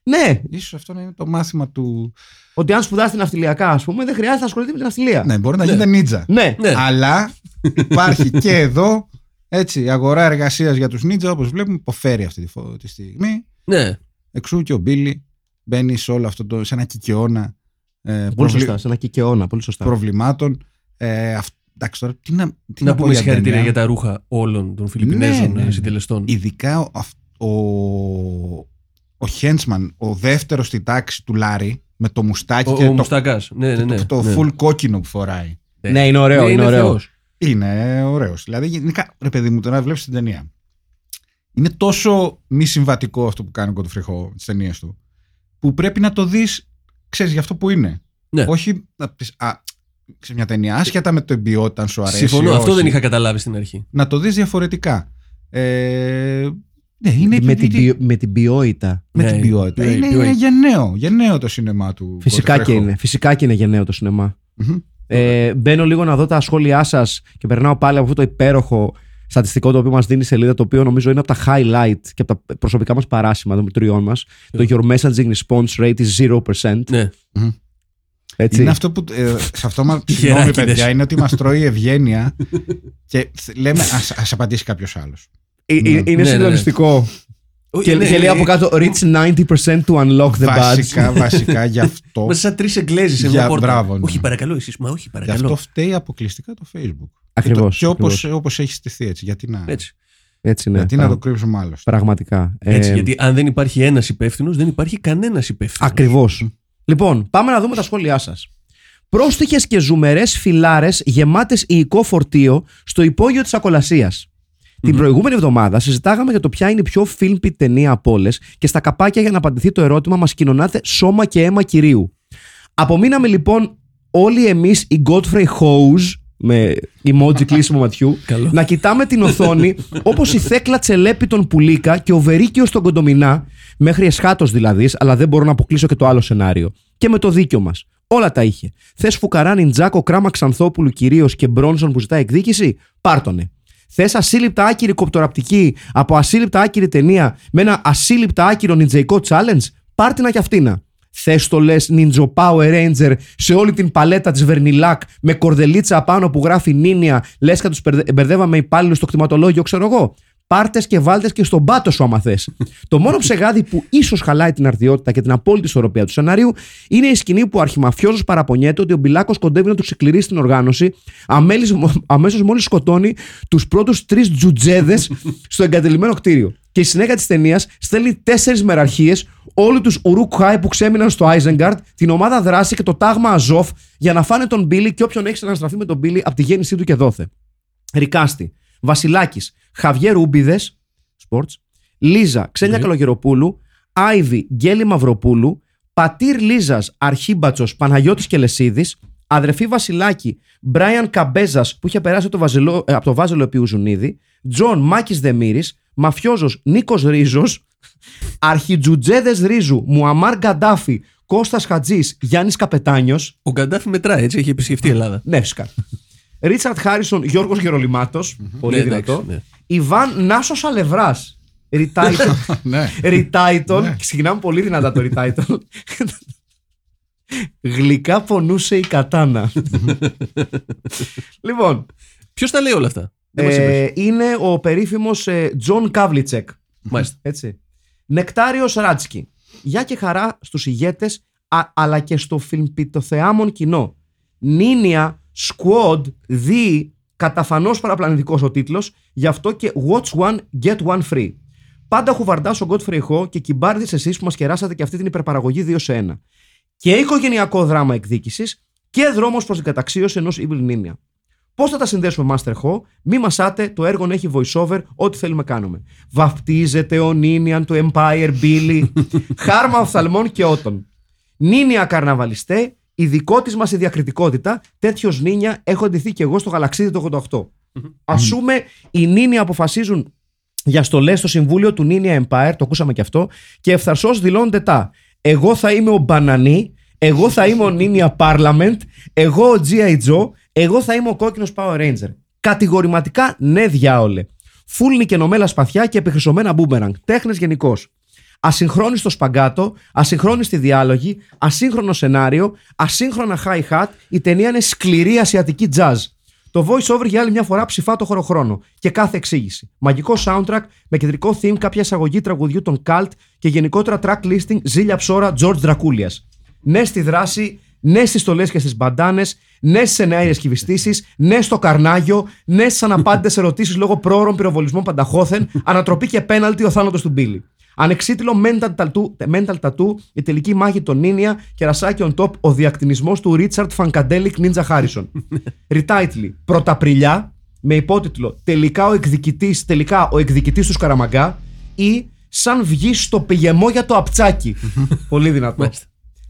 S2: Ναι,
S3: Ίσως αυτό να είναι το μάθημα του...
S2: ότι αν σπουδάσετε ναυτιλιακά, ας πούμε, δεν χρειάζεται να ασχοληθείτε με την ναυτιλία.
S3: Ναι, μπορεί να γίνεται νίτζα.
S2: Ναι.
S1: Ναι.
S3: Αλλά υπάρχει και εδώ έτσι, η αγορά εργασίας για τους νίτζα, όπως βλέπουμε, υποφέρει αυτή τη, φο- τη στιγμή.
S1: Ναι.
S3: Εξού και ο Μπίλι μπαίνει σε όλο αυτό το, σε ένα κικαιώνα ε,
S2: Πολύ
S3: προβλη-
S2: σωστά. Σε ένα κικαιώνα, πολύ σωστά.
S3: προβλημάτων. Ε, αυ- εντάξει, τώρα, τι να, τι
S1: Να
S3: πω
S1: πούμε
S3: για
S1: συγχαρητήρια
S3: ταινία.
S1: για τα ρούχα όλων των Φιλιππινέζων
S3: Ναι, ναι,
S1: ε,
S3: ναι.
S1: συντελεστών.
S3: Ειδικά ο, αυ- ο, ο Χέντσμαν, ο δεύτερος στη τάξη του Λάρι, με το μουστάκι
S1: Ο,
S3: και
S1: ο
S3: το,
S1: Μουστακάς. Ναι, ναι, ναι.
S3: το
S1: ναι.
S3: full κόκκινο που φοράει.
S2: Ναι, είναι ωραίο.
S1: Ναι,
S2: είναι ωραίο.
S1: θεός.
S3: Είναι ωραίος. Δηλαδή, γενικά, ρε παιδί μου, το να βλέπεις την ταινία. Είναι τόσο μη συμβατικό αυτό που κάνει ο Κοντοφριχό τι ταινίες του, που πρέπει να το δεις, ξέρεις, για αυτό που είναι.
S1: Ναι.
S3: Όχι να πεις, α, σε μια ταινία, άσχετα με το ποιότητα, αν σου αρέσει.
S1: Συμφωνώ,
S3: ή
S1: αυτό
S3: όχι.
S1: δεν είχα καταλάβει στην αρχή.
S3: Να το δεις διαφορετικά. Ε, ναι, είναι
S2: με, την
S3: επειδή-
S2: ποιο- με την ποιότητα.
S3: με
S1: Ναι,
S3: την ποιότητα.
S1: ποιότητα,
S3: Είναι,
S1: ποιότητα.
S3: είναι γενναίο, γενναίο το σινεμά του.
S2: Φυσικά και,
S3: Κοντοφρέχο.
S2: είναι, φυσικά και είναι γενναίο το σινεμά.
S3: Μμμ.
S2: Ε, μπαίνω λίγο να δω τα σχόλιά σας και περνάω πάλι από αυτό το υπέροχο στατιστικό το οποίο μας δίνει η σελίδα, το οποίο νομίζω είναι από τα highlight και από τα προσωπικά μας παράσημα των τριών μας.
S3: Ε.
S2: Το Your messaging response rate is 0%.
S1: Ναι.
S2: Έτσι.
S3: Είναι αυτό που. Ε, σε
S2: *laughs*
S3: αυτό μα.
S1: Τυχερά
S3: Συγγνώμη,
S1: κοίτας.
S3: παιδιά, είναι ότι μας τρώει η ευγένεια και θ- λέμε ας, ας απαντήσει κάποιος άλλος.
S2: Ε, ε,
S3: ναι.
S2: είναι
S1: Ναι, ναι, ναι.
S2: συγκλονιστικό. Και,
S1: Ναι,
S2: και λέει
S1: ναι,
S2: από κάτω reach 90% to unlock the badge.
S3: ε, Βασικά, βασικά
S2: *laughs*
S3: γι' αυτό.
S1: Είμαστε σαν τρεις εγγλέζοι σε μια
S3: Για-
S1: πόρτα.
S3: μπράβο, ναι.
S1: Όχι, παρακαλώ, εσείς. Μα όχι,
S3: γι' αυτό
S1: παρακαλώ.
S3: φταίει αποκλειστικά το Facebook.
S2: Ακριβώς,
S3: Και, το- και
S2: ακριβώς.
S3: όπως, όπως έχει στηθεί έτσι. Γιατί να,
S1: Έτσι.
S2: Έτσι, ναι.
S3: γιατί να το κρύψουμε άλλο.
S2: Πραγματικά.
S1: Έτσι,
S2: Ε,
S1: γιατί αν δεν υπάρχει ένας υπεύθυνος, δεν υπάρχει κανένας υπεύθυνος.
S2: Ακριβώς. Λοιπόν, πάμε να δούμε τα σχόλιά σας. Πρόστιχες και ζουμερές φυλάρες γεμάτες υλικό φορτίο στο υπόγειο της ακολασια Την προηγούμενη εβδομάδα συζητάγαμε για το ποια είναι η πιο φίλμπη ταινία από όλες και στα καπάκια για να απαντηθεί το ερώτημα μας κοινωνάτε σώμα και αίμα κυρίου. Απομείναμε λοιπόν όλοι εμείς οι Godfrey Hoes με emoji κλείσιμο ματιού
S1: Καλό.
S2: να κοιτάμε την οθόνη όπως η Θέκλα Τσελέπη τον Πουλίκα και ο Βερίκιος τον Κοντομινά μέχρι εσχάτως δηλαδή αλλά δεν μπορώ να αποκλείσω και το άλλο σενάριο και με το δίκιο μας όλα τα είχε θες Φουκαρά Νιντζάκο Κράμα Ξανθόπουλου κυρίως και Μπρόνσον που ζητά εκδίκηση πάρτονε Θες ασύλληπτα άκυρη κοπτοραπτική από ασύλληπτα άκυρη ταινία με ένα ασύλληπτα άκυρο νιτζεϊκό challenge, πάρτινα κι αυτήνα. Θες το λες Ninja Power Ranger σε όλη την παλέτα της Βερνιλάκ με κορδελίτσα απάνω που γράφει Νίνια, λες και τους μπερδεύαμε υπάλληλους στο κτηματολόγιο, ξέρω εγώ. Πάρτες και βάλτες και στον πάτο σου, άμα θες. το μόνο ψεγάδι που ίσως χαλάει την αρτιότητα και την απόλυτη ισορροπία του σενάριου είναι η σκηνή που ο αρχιμαφιόζος παραπονιέται ότι ο Μπιλάκος κοντεύει να του ξεκληρίσει την οργάνωση, αμέσως μόλις σκοτώνει τους πρώτους τρεις τζουτζέδες στο εγκατελειμμένο κτίριο. Και η συνέχεια της ταινίας στέλνει τέσσερις μεραρχίες, όλου του Ουρουκχάι που ξέμειναν στο Άιζενγκαρτ, την ομάδα δράση και το τάγμα Αζόφ για να φάνε τον Μπίλι και όποιον έχει ξαναστραφεί με τον Μπίλι από τη γέννησή του και δόθε. Ρικάστη, Βασιλάκης, Χαβιέ Ρούμπιδε, Sports, Λίζα, Ξένια
S1: Ναι.
S2: Καλογεροπούλου, Άιβι, Γκέλη Μαυροπούλου, Πατήρ Λίζας, Αρχίμπατσος, Παναγιώτης Κελεσίδη, αδερφή Βασιλάκη, Μπράιαν Καμπέζας που είχε περάσει το βαζελό, ε, από το βάζελο επί Ουζουνίδη, Τζον Μάκης Δεμήρης, Μαφιόζος Νίκος Ρίζος, Αρχιτζουτζέδες Ρίζου, Μουαμάρ Γκαντάφη, Κώστας Χατζής, Γιάννης Καπετάνιος.
S1: Ο Γκαντάφη μετράει, έτσι. Έχει επισκεφτεί η Ελλάδα.
S2: Ναι, φυσικά. Ρίτσαρτ Χάρισον, Γιώργος Γερολιμάτος, Πολύ
S1: Ναι, εντάξει,
S2: δυνατό.
S1: ναι.
S2: Ιβάν Νάσος Αλευράς.
S1: *laughs*
S2: Ριτάιτον.
S3: *laughs* ναι.
S1: Ναι.
S2: Ριτάιτον. Ξεκινάμε πολύ δυνατά το Ριτάιτον. Γλυκά πονούσε η κατάνα. λοιπόν,
S1: Ποιος τα λέει όλα αυτά. Δεν μας είπες.
S2: ε, είναι ο περίφημος ε, Τζον Καβλιτσεκ.
S1: Μάλιστα.
S2: Έτσι. Νεκτάριος Ράτσκι. Γεια και χαρά στους ηγέτες, α- αλλά και στο φιλμπιτοθεάμον κοινό. Νίνια, Σκουόντ, Δι, Καταφανώς παραπλανητικός ο τίτλος, γι' αυτό και Watch One, Get One Free. Πάντα χουβαρντά ο Godfrey Ho και κυμπάρδε εσείς που μας κεράσατε και αυτή την υπερπαραγωγή 2 σε 1. Και οικογενειακό δράμα εκδίκησης και δρόμος προς την καταξίωση ενός Evil Ninja. Πώς θα τα συνδέσουμε, Master Ho, μη μασάτε, το έργο έχει voiceover, ό,τι θέλουμε κάνουμε. Βαφτίζεται ο Νίνιαν του Empire Billy, χάρμα οφθαλμών και ότων. Νίνια καρναβαλιστέ, η δικό της μας η διακριτικότητα, τέτοιος Νίνια έχω ντυθεί και εγώ στο γαλαξίδι το 88. Α πούμε, οι Νίνια αποφασίζουν για στολές στο συμβούλιο του Νίνια Empire, το ακούσαμε και αυτό, και ευθαρσώς δηλώνονται τα. Εγώ θα είμαι ο Μπανανί, εγώ θα είμαι ο Νίνια Parliament, εγώ ο G.I. Joe, εγώ θα είμαι ο κόκκινος Power Ranger. Κατηγορηματικά ναι, διάολε. Φούλνη και νομέλα σπαθιά και επιχρυσωμένα μπούμεραγκ. Τέχνες γενικώς. Ασυγχρόνιστο σπαγκάτο, ασυγχρόνιστη διάλογη, ασύγχρονο σενάριο, ασύγχρονα hi-hat, η ταινία είναι σκληρή ασιατική jazz. Το voice over για άλλη μια φορά ψηφά το χωροχρόνο και κάθε εξήγηση. Μαγικό soundtrack με κεντρικό theme κάποια εισαγωγή τραγουδιού των Cult και γενικότερα track listing ζήλια ψώρα George Dracoulias. Ναι στη δράση, ναι στις στολές και στις μπαντάνες, ναι στις ενέργειε κυβιστήσεις, ναι στο καρνάγιο, ναι στις αναπάντητες ερωτήσεις λόγω πρόωρων πυροβολισμών πανταχώθεν, ανατροπή και πέναλτι ο θάνατος του Μπίλι. Ανεξίτηλο mental tattoo, mental tattoo, η τελική μάχη των Νίνια, κερασάκι on top, ο διακτηνισμός του Richard Funkadelic Ninja Harrison. Retitle, πρωταπριλιά, με υπότιτλο «Τελικά ο εκδικητής, τελικά ο εκδικητής του Σκαραμαγκά» ή «Σαν βγει στο πηγεμό για το απτσάκι». Πολύ δυνατό.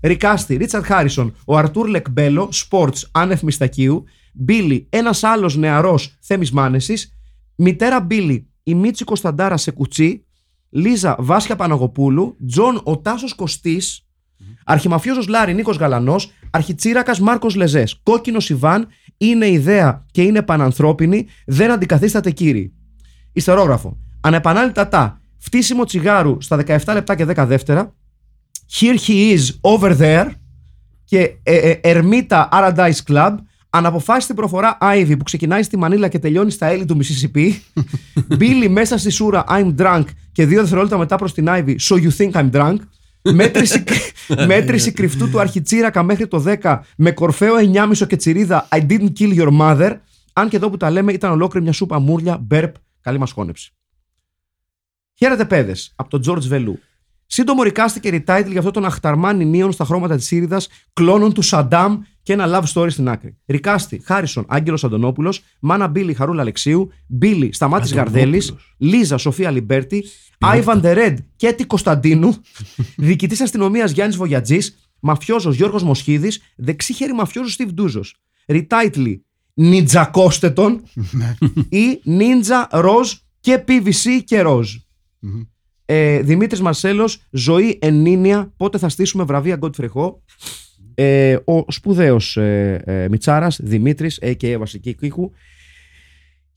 S2: Ρικάστη, Ρίτσαρτ Χάρισον, ο Αρτούρ Λεκμπέλο, Sports, άνευ μυστακίου, Μπίλι, ένας άλλος νεαρός θέμης μάνεσης, μητέρα Μπίλι, η Μίτσι Κωνσταντάρα σε κουτσί, Λίζα Βάσια Παναγοπούλου, Τζον ο Τάσο Κωστής, αρχιμαφιόζος Λάρι Νίκος Γαλανός, αρχιτσίρακας Μάρκος Λεζές. Κόκκινος Ιβάν είναι ιδέα και είναι πανανθρώπινη, δεν αντικαθίσταται κύριοι. Ιστερόγραφο. Ανεπανάληπτα τα. Φτύσιμο τσιγάρου στα 17 λεπτά και 10 δεύτερα. Here he is over there. Και ε, ε, Ερμίτα Paradise Club. Αναποφάσιστη προφορά Ivy που ξεκινάει στη Μανίλα και τελειώνει στα έλλη του Mississippi. Billy μέσα στη σούρα I'm drunk και δύο δευτερόλεπτα μετά προς την Ivy So you think I'm drunk. μέτρηση, μέτρηση κρυφτού του αρχιτσίρακα μέχρι το 10 με κορφαίο 9,5 και τσιρίδα I didn't kill your mother. Αν και εδώ που τα λέμε ήταν ολόκληρη μια σούπα μούρλια, μπέρπ, καλή μας χώνεψη. Χαίρετε, παιδες, από τον George Βελού. Σύντομο ρικάστηκε retitle για αυτό τον αχταρμά νημείων στα χρώματα της Σύριδας, κλώνων του Σαντάμ και ένα love story στην άκρη. Ρικάστη, Χάρισον, Άγγελος Αντωνόπουλος, Μάνα Μπίλι, Χαρούλα Αλεξίου, Μπίλι, Σταμάτη Γαρδέλη, Λίζα, Σοφία Λιμπέρτη, Άιβαν Ντερέντ, Κέτι Κωνσταντίνου, διοικητής αστυνομίας Γιάννης Βογιατζής, μαφιόζος Γιώργος Μοσχίδης, δεξίχερη μαφιόζος Στιβ Ντούζος. Retitle, Νιτζακώστε τον ή Νίντζα Ροζ και PVC και Ροζ. Ε, Δημήτρης Μαρσέλος, ζωή ενίνια. Πότε θα στήσουμε βραβεία Godfrey Ho. Ε, ο σπουδαίος ε, ε, Μιτσάρας Δημήτρης, a.k.a. Βασική Κίκου.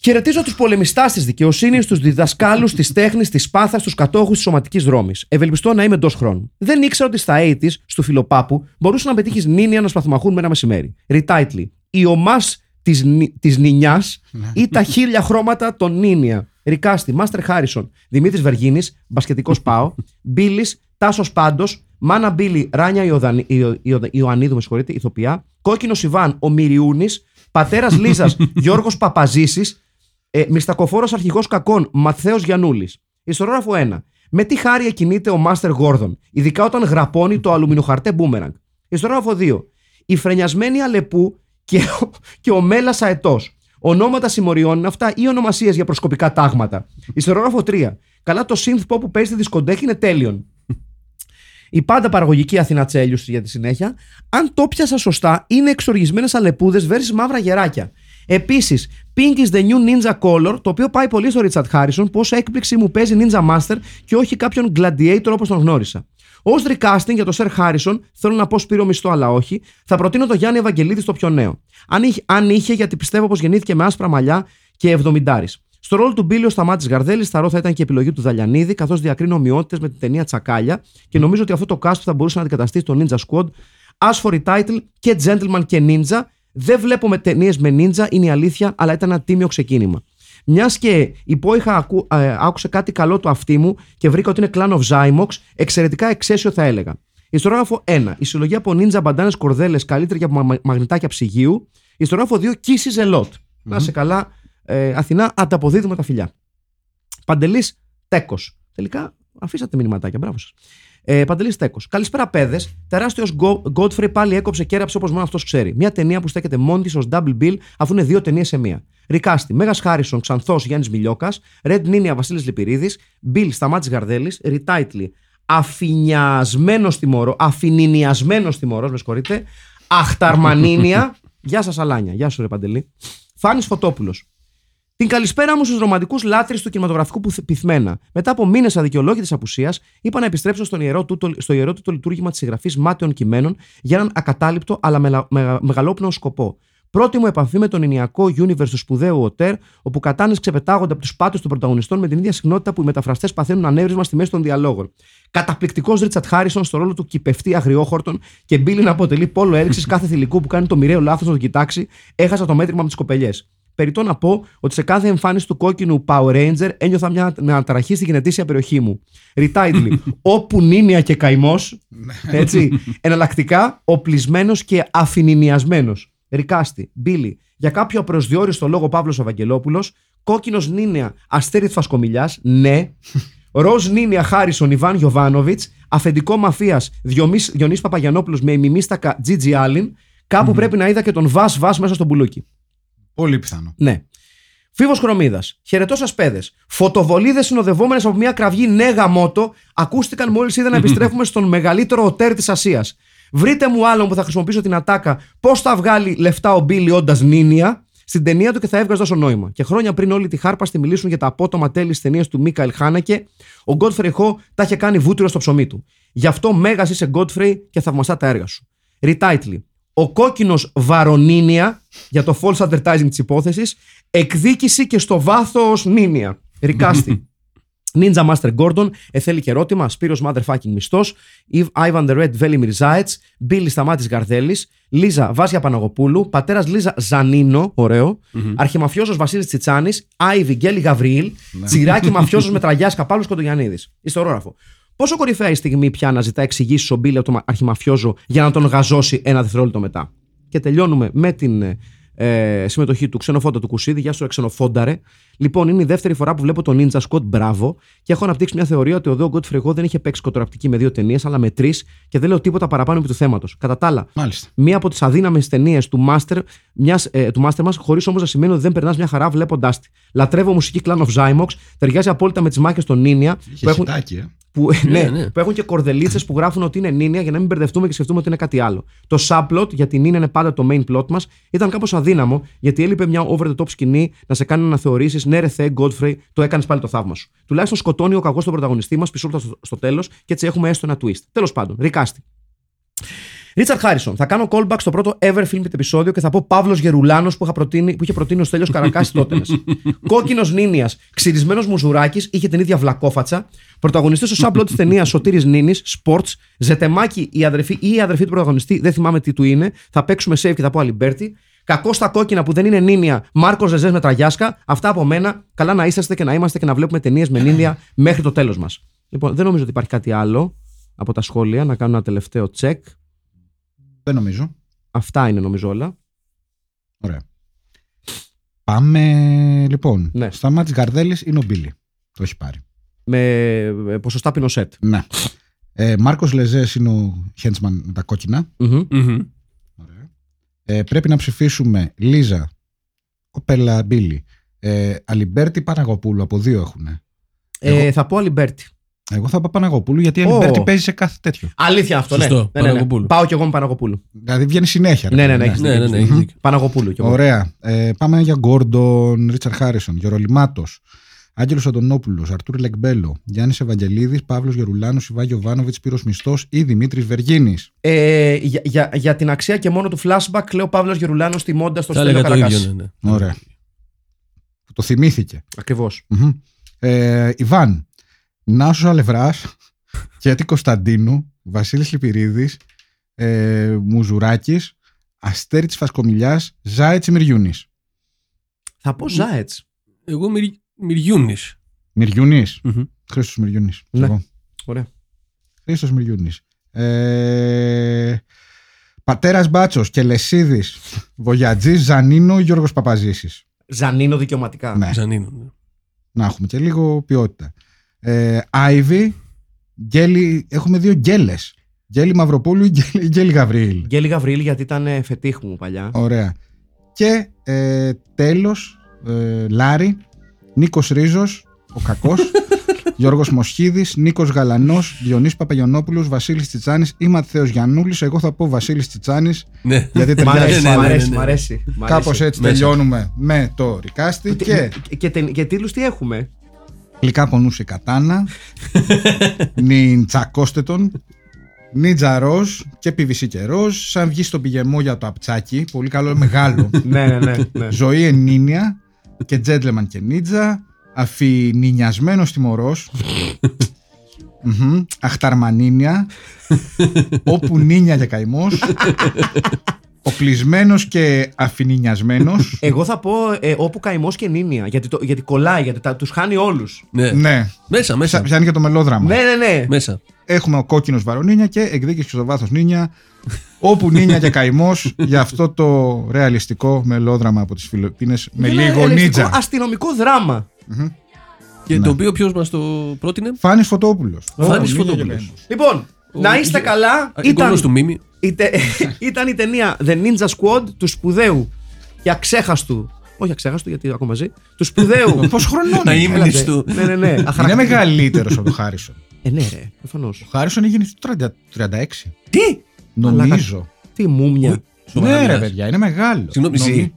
S2: Χαιρετίζω τους πολεμιστάς της δικαιοσύνης, τους διδασκάλους της τέχνης, της πάθας, τους κατόχους της σωματικής δρόμης. Ευελπιστώ να είμαι εντός χρόνου. Δεν ήξερα ότι στα 80 του φιλοπάπου μπορούσε να πετύχεις νίνια να σπαθμαχούν με ένα μεσημέρι. Ριτάιτλι. Η ομάς της νι, της νινιάς ή τα χίλια χρώματα των νίνια. Ρικάστη, Μάστερ Χάρισον, Δημήτρης Βεργίνης, Μπασκετικός Πάο, Μπίλης, Τάσος Πάντος, Μάνα Μπίλη, Ράνια Ιωδανι- Ιω- Ιω- Ιωαννίδου, με συγχωρείτε, ηθοποιά, Κόκκινος Ιβάν, ο Μυριούνης, Πατέρας Λίζας, Γιώργος Παπαζήσης, ε, Μυστακοφόρος Αρχηγός Κακών, Μαθαίος Γιανούλης. Ιστορόγραφο 1. Με τι χάρη κινείται ο Μάστερ Γόρδον, ειδικά όταν γραπώνει το αλουμινοχαρτέ μπούμεραγκ. Ιστορόγραφο 2. Η φρενιασμένη Αλεπού και, ο- και ο Μέλας Αετός. Ονόματα συμμοριών είναι αυτά ή ονομασίες για προσκοπικά τάγματα. Ιστορόγραφο 3. Καλά το synth pop που παίζει στη δισκοντέχη είναι τέλειον. Η πάντα παραγωγική Αθηνά Τσέλιους για τη συνέχεια. Αν το πιασα σωστά, είναι εξοργισμένες αλεπούδες versus μαύρα γεράκια. Επίσης, Pink is the new Ninja Color, το οποίο πάει πολύ στο Ρίτσαρτ Χάρισον, που ω έκπληξη μου παίζει Ninja Master και όχι κάποιον Gladiator όπως τον γνώρισα. Ως recasting για τον Σερ Χάρισον, θέλω να πω σπύρο μισθό, αλλά όχι, θα προτείνω τον Γιάννη Ευαγγελίδης στο πιο νέο. Αν είχε, αν είχε γιατί πιστεύω πως γεννήθηκε με άσπρα μαλλιά και 70 στο ρόλο του Μπίλιο Σταμάτη Γαρδέλη, σταρό θα ήταν και η επιλογή του Δαλιανίδη, καθώς διακρίνω ομοιότητες με την ταινία Τσακάλια και νομίζω ότι αυτό το cast θα μπορούσε να αντικαταστήσει το Ninja Squad. As for title και Gentleman και Ninja. Δεν βλέπουμε ταινίες με Ninja, είναι η αλήθεια, αλλά ήταν ένα τίμιο ξεκίνημα. Μιας και υπόηχα ακού, ε, άκουσε κάτι καλό του αυτί μου και βρήκα ότι είναι Clan of Zymox, εξαιρετικά εξαίσιο θα έλεγα. Ιστορόγραφο 1. Η συλλογή από Ninja Μπαντάνε Κορδέλε καλύτερη και από μα- μαγνητάκια ψυγείου. Ιστορόγραφο 2. Kisses a lot. Να σε καλά, ε, Αθηνά, ανταποδίδουμε τα φιλιά. Παντελής Τέκος. Τελικά αφήσατε μηνυματάκια, μπράβο σας. Ε, Παντελής Τέκος. Καλησπέρα, παιδες. Τεράστιος Godfrey πάλι έκοψε και έραψε όπως μόνο αυτός ξέρει. Μια ταινία που στέκεται μόνη της ως double bill, αφού είναι δύο ταινίες σε μία. Ρικάστη, Μέγας Χάρισον, Ξανθός Γιάννης Μιλιόκα, Red Νίνια Βασίλη Λιπηρίδη, Bill Σταμάτης Γαρδέλης, Ριτάιτλι, αφινιασμένος τιμωρός, αφινινιασμένος τιμωρός, με συγχωρείτε, Αχταρμανίνια. Γεια σας, Αλάνια. Γεια σου, ρε Παντελή. Φάνης Φωτόπουλος. Την καλησπέρα μου στους ρομαντικούς λάτρε του κινηματογραφικού που πυθμένα. Μετά από μήνες αδικαιολόγητης απουσίας, είπα να επιστρέψω στον ιερό τούτο, στο ιερό τούτο λειτουργήμα της συγγραφής μάταιων κειμένων για έναν ακατάληπτο αλλά μεγα, μεγα- μεγαλόπνοο σκοπό. Πρώτη μου επαφή με τον ενιακό universe του σπουδαίου Οτέρ, όπου κατάνες ξεπετάγονται από τους πάτους των πρωταγωνιστών με την ίδια συχνότητα που οι μεταφραστές παθαίνουν ανέβρισμα στη μέση των διαλόγων. Καταπληκτικός Ρίτσαρτ Χάρισον στο ρόλο του κυπευτή αγριόχορτων και Μπίλι να αποτελεί πόλο έλξης κάθε θηλυκού που κάνει το μοιραίο λάθος να τον κοιτάξει, έχασα το μέτρημα με τις κοπελιές. Περιτώ να πω ότι σε κάθε εμφάνιση του κόκκινου Power Ranger ένιωθα μια αναταραχή στη γενετήσια περιοχή μου. Ριτάιτλι. Όπου νίνια και καημός. έτσι. Εναλλακτικά, οπλισμένος και αφινινιασμένος. Ρικάστη. Μπίλι. Για κάποιο απροσδιόριστο λόγο Παύλος Ευαγγελόπουλος. Κόκκινος νίνια Αστέρι Φασκομιλιά. Ναι. Ροζ Νίνια Χάρισον Ιβάν Γιοβάνοβιτ. Αφεντικό μαφίας Διονύ Παπαγιανόπουλος με ημιμίστακα Τζίτζι Άλιν. Κάπου πρέπει να είδα και τον Βα Βα μέσα στον πουλούκι.
S3: Πολύ πιθανό.
S2: Ναι. Φίβος Χρωμίδας. Χαιρετώ σας, παιδες. Φωτοβολίδες συνοδευόμενες από μια κραυγή νέγα μότο ακούστηκαν μόλις είδα να επιστρέφουμε στον μεγαλύτερο οτέρ της Ασίας. Βρείτε μου άλλον που θα χρησιμοποιήσω την ατάκα πώς θα βγάλει λεφτά ο Μπίλι όντας νίνια στην ταινία του και θα έβγαζε τόσο νόημα. Και χρόνια πριν όλη τη χάρπα στη μιλήσουν για τα απότομα τέλη της ταινίας του Μίκαελ Χάνακε, ο Γκότφρεϊ Χο τα είχε κάνει βούτυρο στο ψωμί του. Γι' αυτό μέγας είσαι Γκότφρεϊ και θαυμαστά τα έργα σου. Ριτάιτλι. Ο κόκκινος Βαρονίνια για το false advertising της υπόθεσης. Εκδίκηση και στο βάθος Νίνια. Ρικάστη. Ninja Master Gordon, Εθέλη και ερώτημα, Σπύρος Motherfucking Μισθός, Ιβ- Ivan the Red Veli Mirzaets, Billy Σταμάτης Γαρδέλης, Λίζα Βάσια Παναγοπούλου, πατέρας Λίζα Ζανίνο, ωραίο, αρχιμαφιόζος Βασίλης Τσιτσάνης, Άι Βιγγέλη Γαβριήλ, Τσιράκι Μαφιόζος με τραγιά Καπάλου Κοντογιαννίδη. Ιστορόγραφο. Πόσο κορυφαία η στιγμή πια να ζητά εξηγήσεις ο Μπίλε από τον αρχιμαφιόζο για να τον γαζώσει ένα δευτερόλεπτο μετά. Και τελειώνουμε με την ε, ε, συμμετοχή του ξενοφόντα του Κουσίδη. Γεια σου, ξενοφόνταρε. Λοιπόν, είναι η δεύτερη φορά που βλέπω τον Ninja Scott, μπράβο. Και έχω αναπτύξει μια θεωρία ότι ο Δέο Γκότ Φρεγό δεν είχε παίξει κοτοραπτική με δύο ταινίες, αλλά με τρεις και δεν λέω τίποτα παραπάνω επί του θέματος. Κατά τα άλλα,
S3: Μάλιστα.
S2: μία από τις αδύναμες ταινίες του Master, μιας, ε, του master μας, χωρίς όμως να σημαίνει ότι δεν περνάς μια χαρά βλέποντάς τη. Λατρεύω μουσική Clan of Zymox, ταιριάζει απόλυτα με τις μάχες των Νίνια
S3: Είχε
S2: που έχουν,
S3: χιτάκι, ε.
S2: που, ναι,
S1: ναι.
S2: που έχουν και κορδελίτσες που γράφουν ότι είναι νίνια για να μην μπερδευτούμε και σκεφτούμε ότι είναι κάτι άλλο. Το subplot, γιατί νίνια είναι πάντα το main plot μας, ήταν κάπως αδύναμο γιατί έλειπε μια over the top σκηνή να σε κάνει να θεωρήσει ναι, ρε Θεέ, Godfrey, το έκανες πάλι το θαύμα σου. Τουλάχιστον σκοτώνει ο κακός τον πρωταγωνιστή μας πισούρτα στο, στο τέλος και έτσι έχουμε έστω ένα twist. Τέλος πάντων, ρικάστη. Ρίτσαρ Χάρισον, θα κάνω callback στο πρώτο ever film επεισόδιο και θα πω Παύλος Γερουλάνος που, είχα προτείνει- που είχε προτείνει ο Στέλιος Καρακάσης τότε. Κόκκινος Νίνιας, ξυρισμένος Μουζουράκης, είχε την ίδια βλακόφατσα. Πρωταγωνιστής ο σάμπλο της ταινίας Σωτήρης Νίνης, sports. Ζετεμάκι η αδερφή ή η αδερφή του πρωταγωνιστή, δεν θυμάμαι τι του είναι. Θα παίξουμε save και θα πω Αλιμπέρτη. Κακός στα κόκκινα που δεν είναι νίνια, Μάρκος Ζεζές με τραγιάσκα. Αυτά από μένα. Καλά να είσαστε και να είμαστε και να βλέπουμε ταινίες με νίνια μέχρι το τέλος μας. Λοιπόν, δεν νομίζω ότι υπάρχει κάτι άλλο από τα σχόλια. Να κάνω ένα τελευταίο check.
S3: Δεν νομίζω.
S2: Αυτά είναι νομίζω όλα.
S3: Ωραία. Πάμε λοιπόν.
S2: Ναι.
S3: Σταμάτη Γκαρδέλη είναι ο Μπίλι. Το έχει πάρει.
S2: Με ε, ποσοστά πινοσέτ.
S3: Ναι. Ε, Μάρκος Λεζές είναι ο Χέντσμαν με τα κόκκινα.
S2: Μμμ.
S1: Μμμ.
S3: Ωραία. Ε, πρέπει να ψηφίσουμε Λίζα, Κοπέλα Μπίλι, ε, Αλιμπέρτη Παναγοπούλου. Από δύο έχουν.
S2: Ε, θα πω Αλιμπέρτη.
S3: Εγώ θα πάω Παναγοπούλου γιατί η
S2: Ω.
S3: Αλιμπέρτη παίζει σε κάθε τέτοιο.
S2: Αλήθεια αυτό,
S1: Σωστό,
S2: ναι. ναι, ναι, ναι.
S1: Παναγοπούλου.
S2: Πάω κι εγώ με Παναγοπούλου.
S3: Δηλαδή βγαίνει συνέχεια. ρε
S2: Ναι, ναι,
S3: παιδί,
S2: ναι, έχεις
S1: Ναι, ναι, ναι,
S2: Μμμ.
S1: έχεις δίκιο.
S2: Παναγοπούλου κι εγώ.
S3: Ωραία. Ε, πάμε για Γκόρντον, Ρίτσαρ Χάρισον, Γερολιμάτος, Άγγελος Αντωνόπουλος, Αρτούρ Λεκμπέλο, Γιάννης Ευαγγελίδης, Παύλος Γερουλάνος, Ιβάγιο Βάνοβιτ, Πύρος Μισθός ή Δημήτρης Βεργίνης.
S2: Ε, για, για, για, την αξία και μόνο του flashback, λέω Παύλος Γερουλάνος στη Μόντα στο
S1: Θα
S2: Στέλιο
S1: έλεγα το
S2: Καρακάση.
S1: ίδιο, ναι, ναι.
S3: Ωραία. Που το θυμήθηκε.
S2: Ακριβώς.
S3: Μμμ. Ε, Ιβάν, Νάσο Αλευρά,
S2: *laughs*
S3: Κέτη Κωνσταντίνου, Βασίλης Λιπηρίδη, ε, Μουζουράκης, Αστέρι της Φασκομιλιάς, Ζάιτ Μυριούνη.
S2: Θα πω Ζάετ.
S1: Εγώ μυρι... Μυριούνης.
S3: Μυριούνης.
S1: Μμμ.
S3: Χρήστος Μυριούνης.
S2: Ναι. Ωραία.
S3: Χρήστος Μυριούνης. Ε, Πατέρας Μπάτσος, Κελεσίδης, Βοιατζής, Ζανίνο, Γιώργος Παπαζήσης.
S2: Ζανίνο δικαιωματικά.
S3: Ναι.
S1: Ζανίνο. ναι.
S3: Να έχουμε και λίγο ποιότητα. Ε, Ivy, γκέλι, έχουμε δύο γκέλες. Γκέλι Μαυροπούλου, γκέλι, γκέλι Γαβριήλ.
S2: Γκέλη Γαβριήλ γιατί ήταν ε, φετίχ μου παλιά.
S3: Ωραία. Και ε, τέλος, ε, Λάρι, Νίκος Ρίζος, ο κακός, Γιώργος Μοσχίδης, Νίκος Γαλανός, Διονύς Παπαγιονόπουλο, Βασίλης Τσιτσάνης ή Μαθαίο Γιαννούλη. Εγώ θα πω Βασίλης Τσιτσάνης,
S1: Ναι.
S3: γιατί
S2: Μ' αρέσει,
S3: ταιριάζει.
S1: ναι, ναι,
S2: μ'
S1: ναι,
S2: αρέσει,
S1: ναι.
S2: μ' αρέσει. μ' αρέσει.
S3: Κάπως έτσι
S1: Μέσα.
S3: τελειώνουμε με το ρικάστη. Και
S2: Και, και, τε- και τίτλους τι έχουμε.
S3: γλυκά πονούσε η κατάνα. Νιν τσακώστε τον. Νίτζα ροζ και PVC και ροζ. Σαν βγει στον πηγεμό για το απτσάκι. Πολύ καλό, μεγάλο.
S2: ναι, ναι, ναι. ναι.
S3: Ζωή ενίνια και τζέντλεμαν και νίτζα. Αφινινιασμένος τιμωρός Μμμ. Αχταρμανίνια. όπου νίνια και καημός Οκλεισμένος και αφινινιασμένος
S2: Εγώ θα πω ε, όπου καημός και νίνια. Γιατί, το, γιατί κολλάει, γιατί τα, τους χάνει όλους.
S1: Ναι.
S3: ναι.
S1: Μέσα,
S3: Ψα-
S1: μέσα.
S3: Πιάνει και το μελόδραμα.
S2: Ναι, ναι, ναι.
S1: Μέσα.
S3: Έχουμε ο κόκκινος βαρονίνια και εκδίκηση στο βάθος νίνια. Όπου νίνια και καημός για αυτό το ρεαλιστικό μελόδραμα από τις Φιλιππίνε με
S2: Είναι
S3: λίγο
S2: ελεκτικό
S3: νίτζα.
S2: Αστυνομικό δράμα.
S1: Και
S2: Ναι.
S1: το οποίο ποιος μας το πρότεινε.
S3: Φάνης Φωτόπουλος.
S1: Φάνης Φωτόπουλος.
S2: Λοιπόν,
S1: Ο-
S2: να είστε καλά.
S1: Α,
S2: Ήταν,
S1: εικόνος του Μίμη.
S2: η τε- ήταν η ταινία The Ninja Squad του σπουδαίου και αξέχαστου. Όχι αξέχαστου, γιατί ακόμα μαζί. Του σπουδαίου.
S3: Πώς Ε, χρονών
S1: Να
S3: είναι.
S1: είμαι-
S2: Έλατε.
S1: του.
S2: ναι, ναι, ναι.
S3: Είναι
S2: αχαρακτηριστικό.
S3: μεγαλύτερος από το Χάρισον.
S2: Ε, ναι, ρε, προφανώς.
S3: Ο Χάρισον έχει γεννηθεί το 30 36.
S1: Τι!
S3: Νομίζω.
S2: Τι μουμια.
S1: Σοβαρά
S3: Ναι, ρε
S1: μιλάς.
S3: παιδιά, είναι μεγάλο.
S1: Συγγνώμη,
S3: Νομι-
S1: εσύ.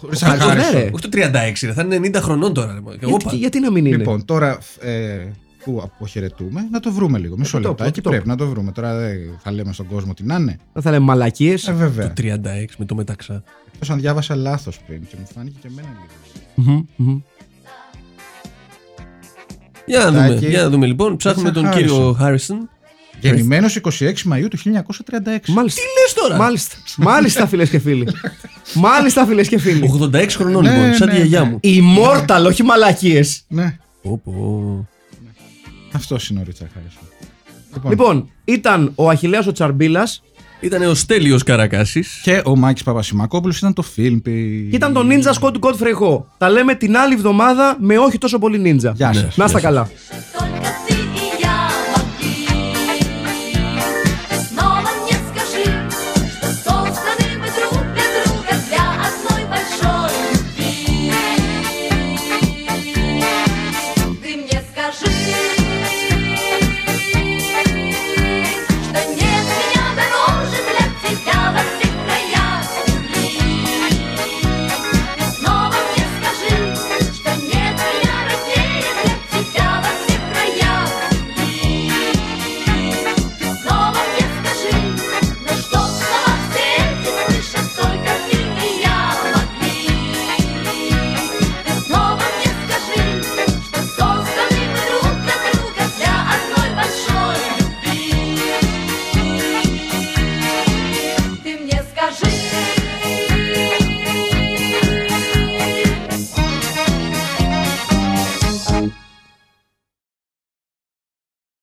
S3: Ο Σαν
S2: Χάρισον,
S3: Χάρισον.
S2: ναι, ρε.
S1: Όχι το 36, ρε, θα είναι 90 χρονών τώρα. Ρε. μα. Εγώ
S2: Γιατί,
S1: πάω.
S2: γιατί να μην είναι.
S3: Λοιπόν, τώρα ε, που αποχαιρετούμε, να το βρούμε λίγο.
S1: Ε,
S3: Μισό
S2: το πω, το
S3: λεπτάκι
S2: πω.
S3: πρέπει να το βρούμε. Τώρα δεν θα λέμε στον κόσμο τι να είναι.
S2: Δεν θα λέμε μαλακίες.
S3: Ε, βέβαια.
S1: Το 36 με το μεταξά.
S3: Εκτός αν διάβασα λάθος πριν και μου φάνηκε και εμένα λίγο.
S1: Για να δούμε,
S3: Τάκη.
S1: για να δούμε λοιπόν. Ψάχνουμε
S3: Σαν
S1: τον
S3: Χάρισον.
S1: κύριο Χάρισον.
S3: Γεννημένος 26 Μαΐου του 1936.
S2: Μάλιστα.
S1: Τι λες τώρα!
S2: Μάλιστα, Μάλιστα φίλες και φίλοι. Μάλιστα, φίλες και φίλοι.
S1: 86 χρονών
S3: Ναι,
S1: λοιπόν, σαν
S3: ναι,
S1: τη γιαγιά
S3: ναι.
S1: μου.
S2: Immortal, όχι μαλακίες.
S3: Ναι,
S1: Πω, πω.
S3: αυτό είναι ο Ρίτσαρ Χάρισον. Λοιπόν,
S2: Λοιπόν, ήταν ο Αχηλέα ο Τσαρμπίλας
S1: Ήταν ο Στέλιος Καρακάσης.
S3: και ο Μάκης Παπασημακόπουλος ήταν το Φίλμπι.
S2: και ήταν το Ninja Squad του Godfrey Ho. Τα λέμε την άλλη εβδομάδα με όχι τόσο πολύ ninja.
S3: Γεια σας.
S2: Να είστε καλά.
S5: Shut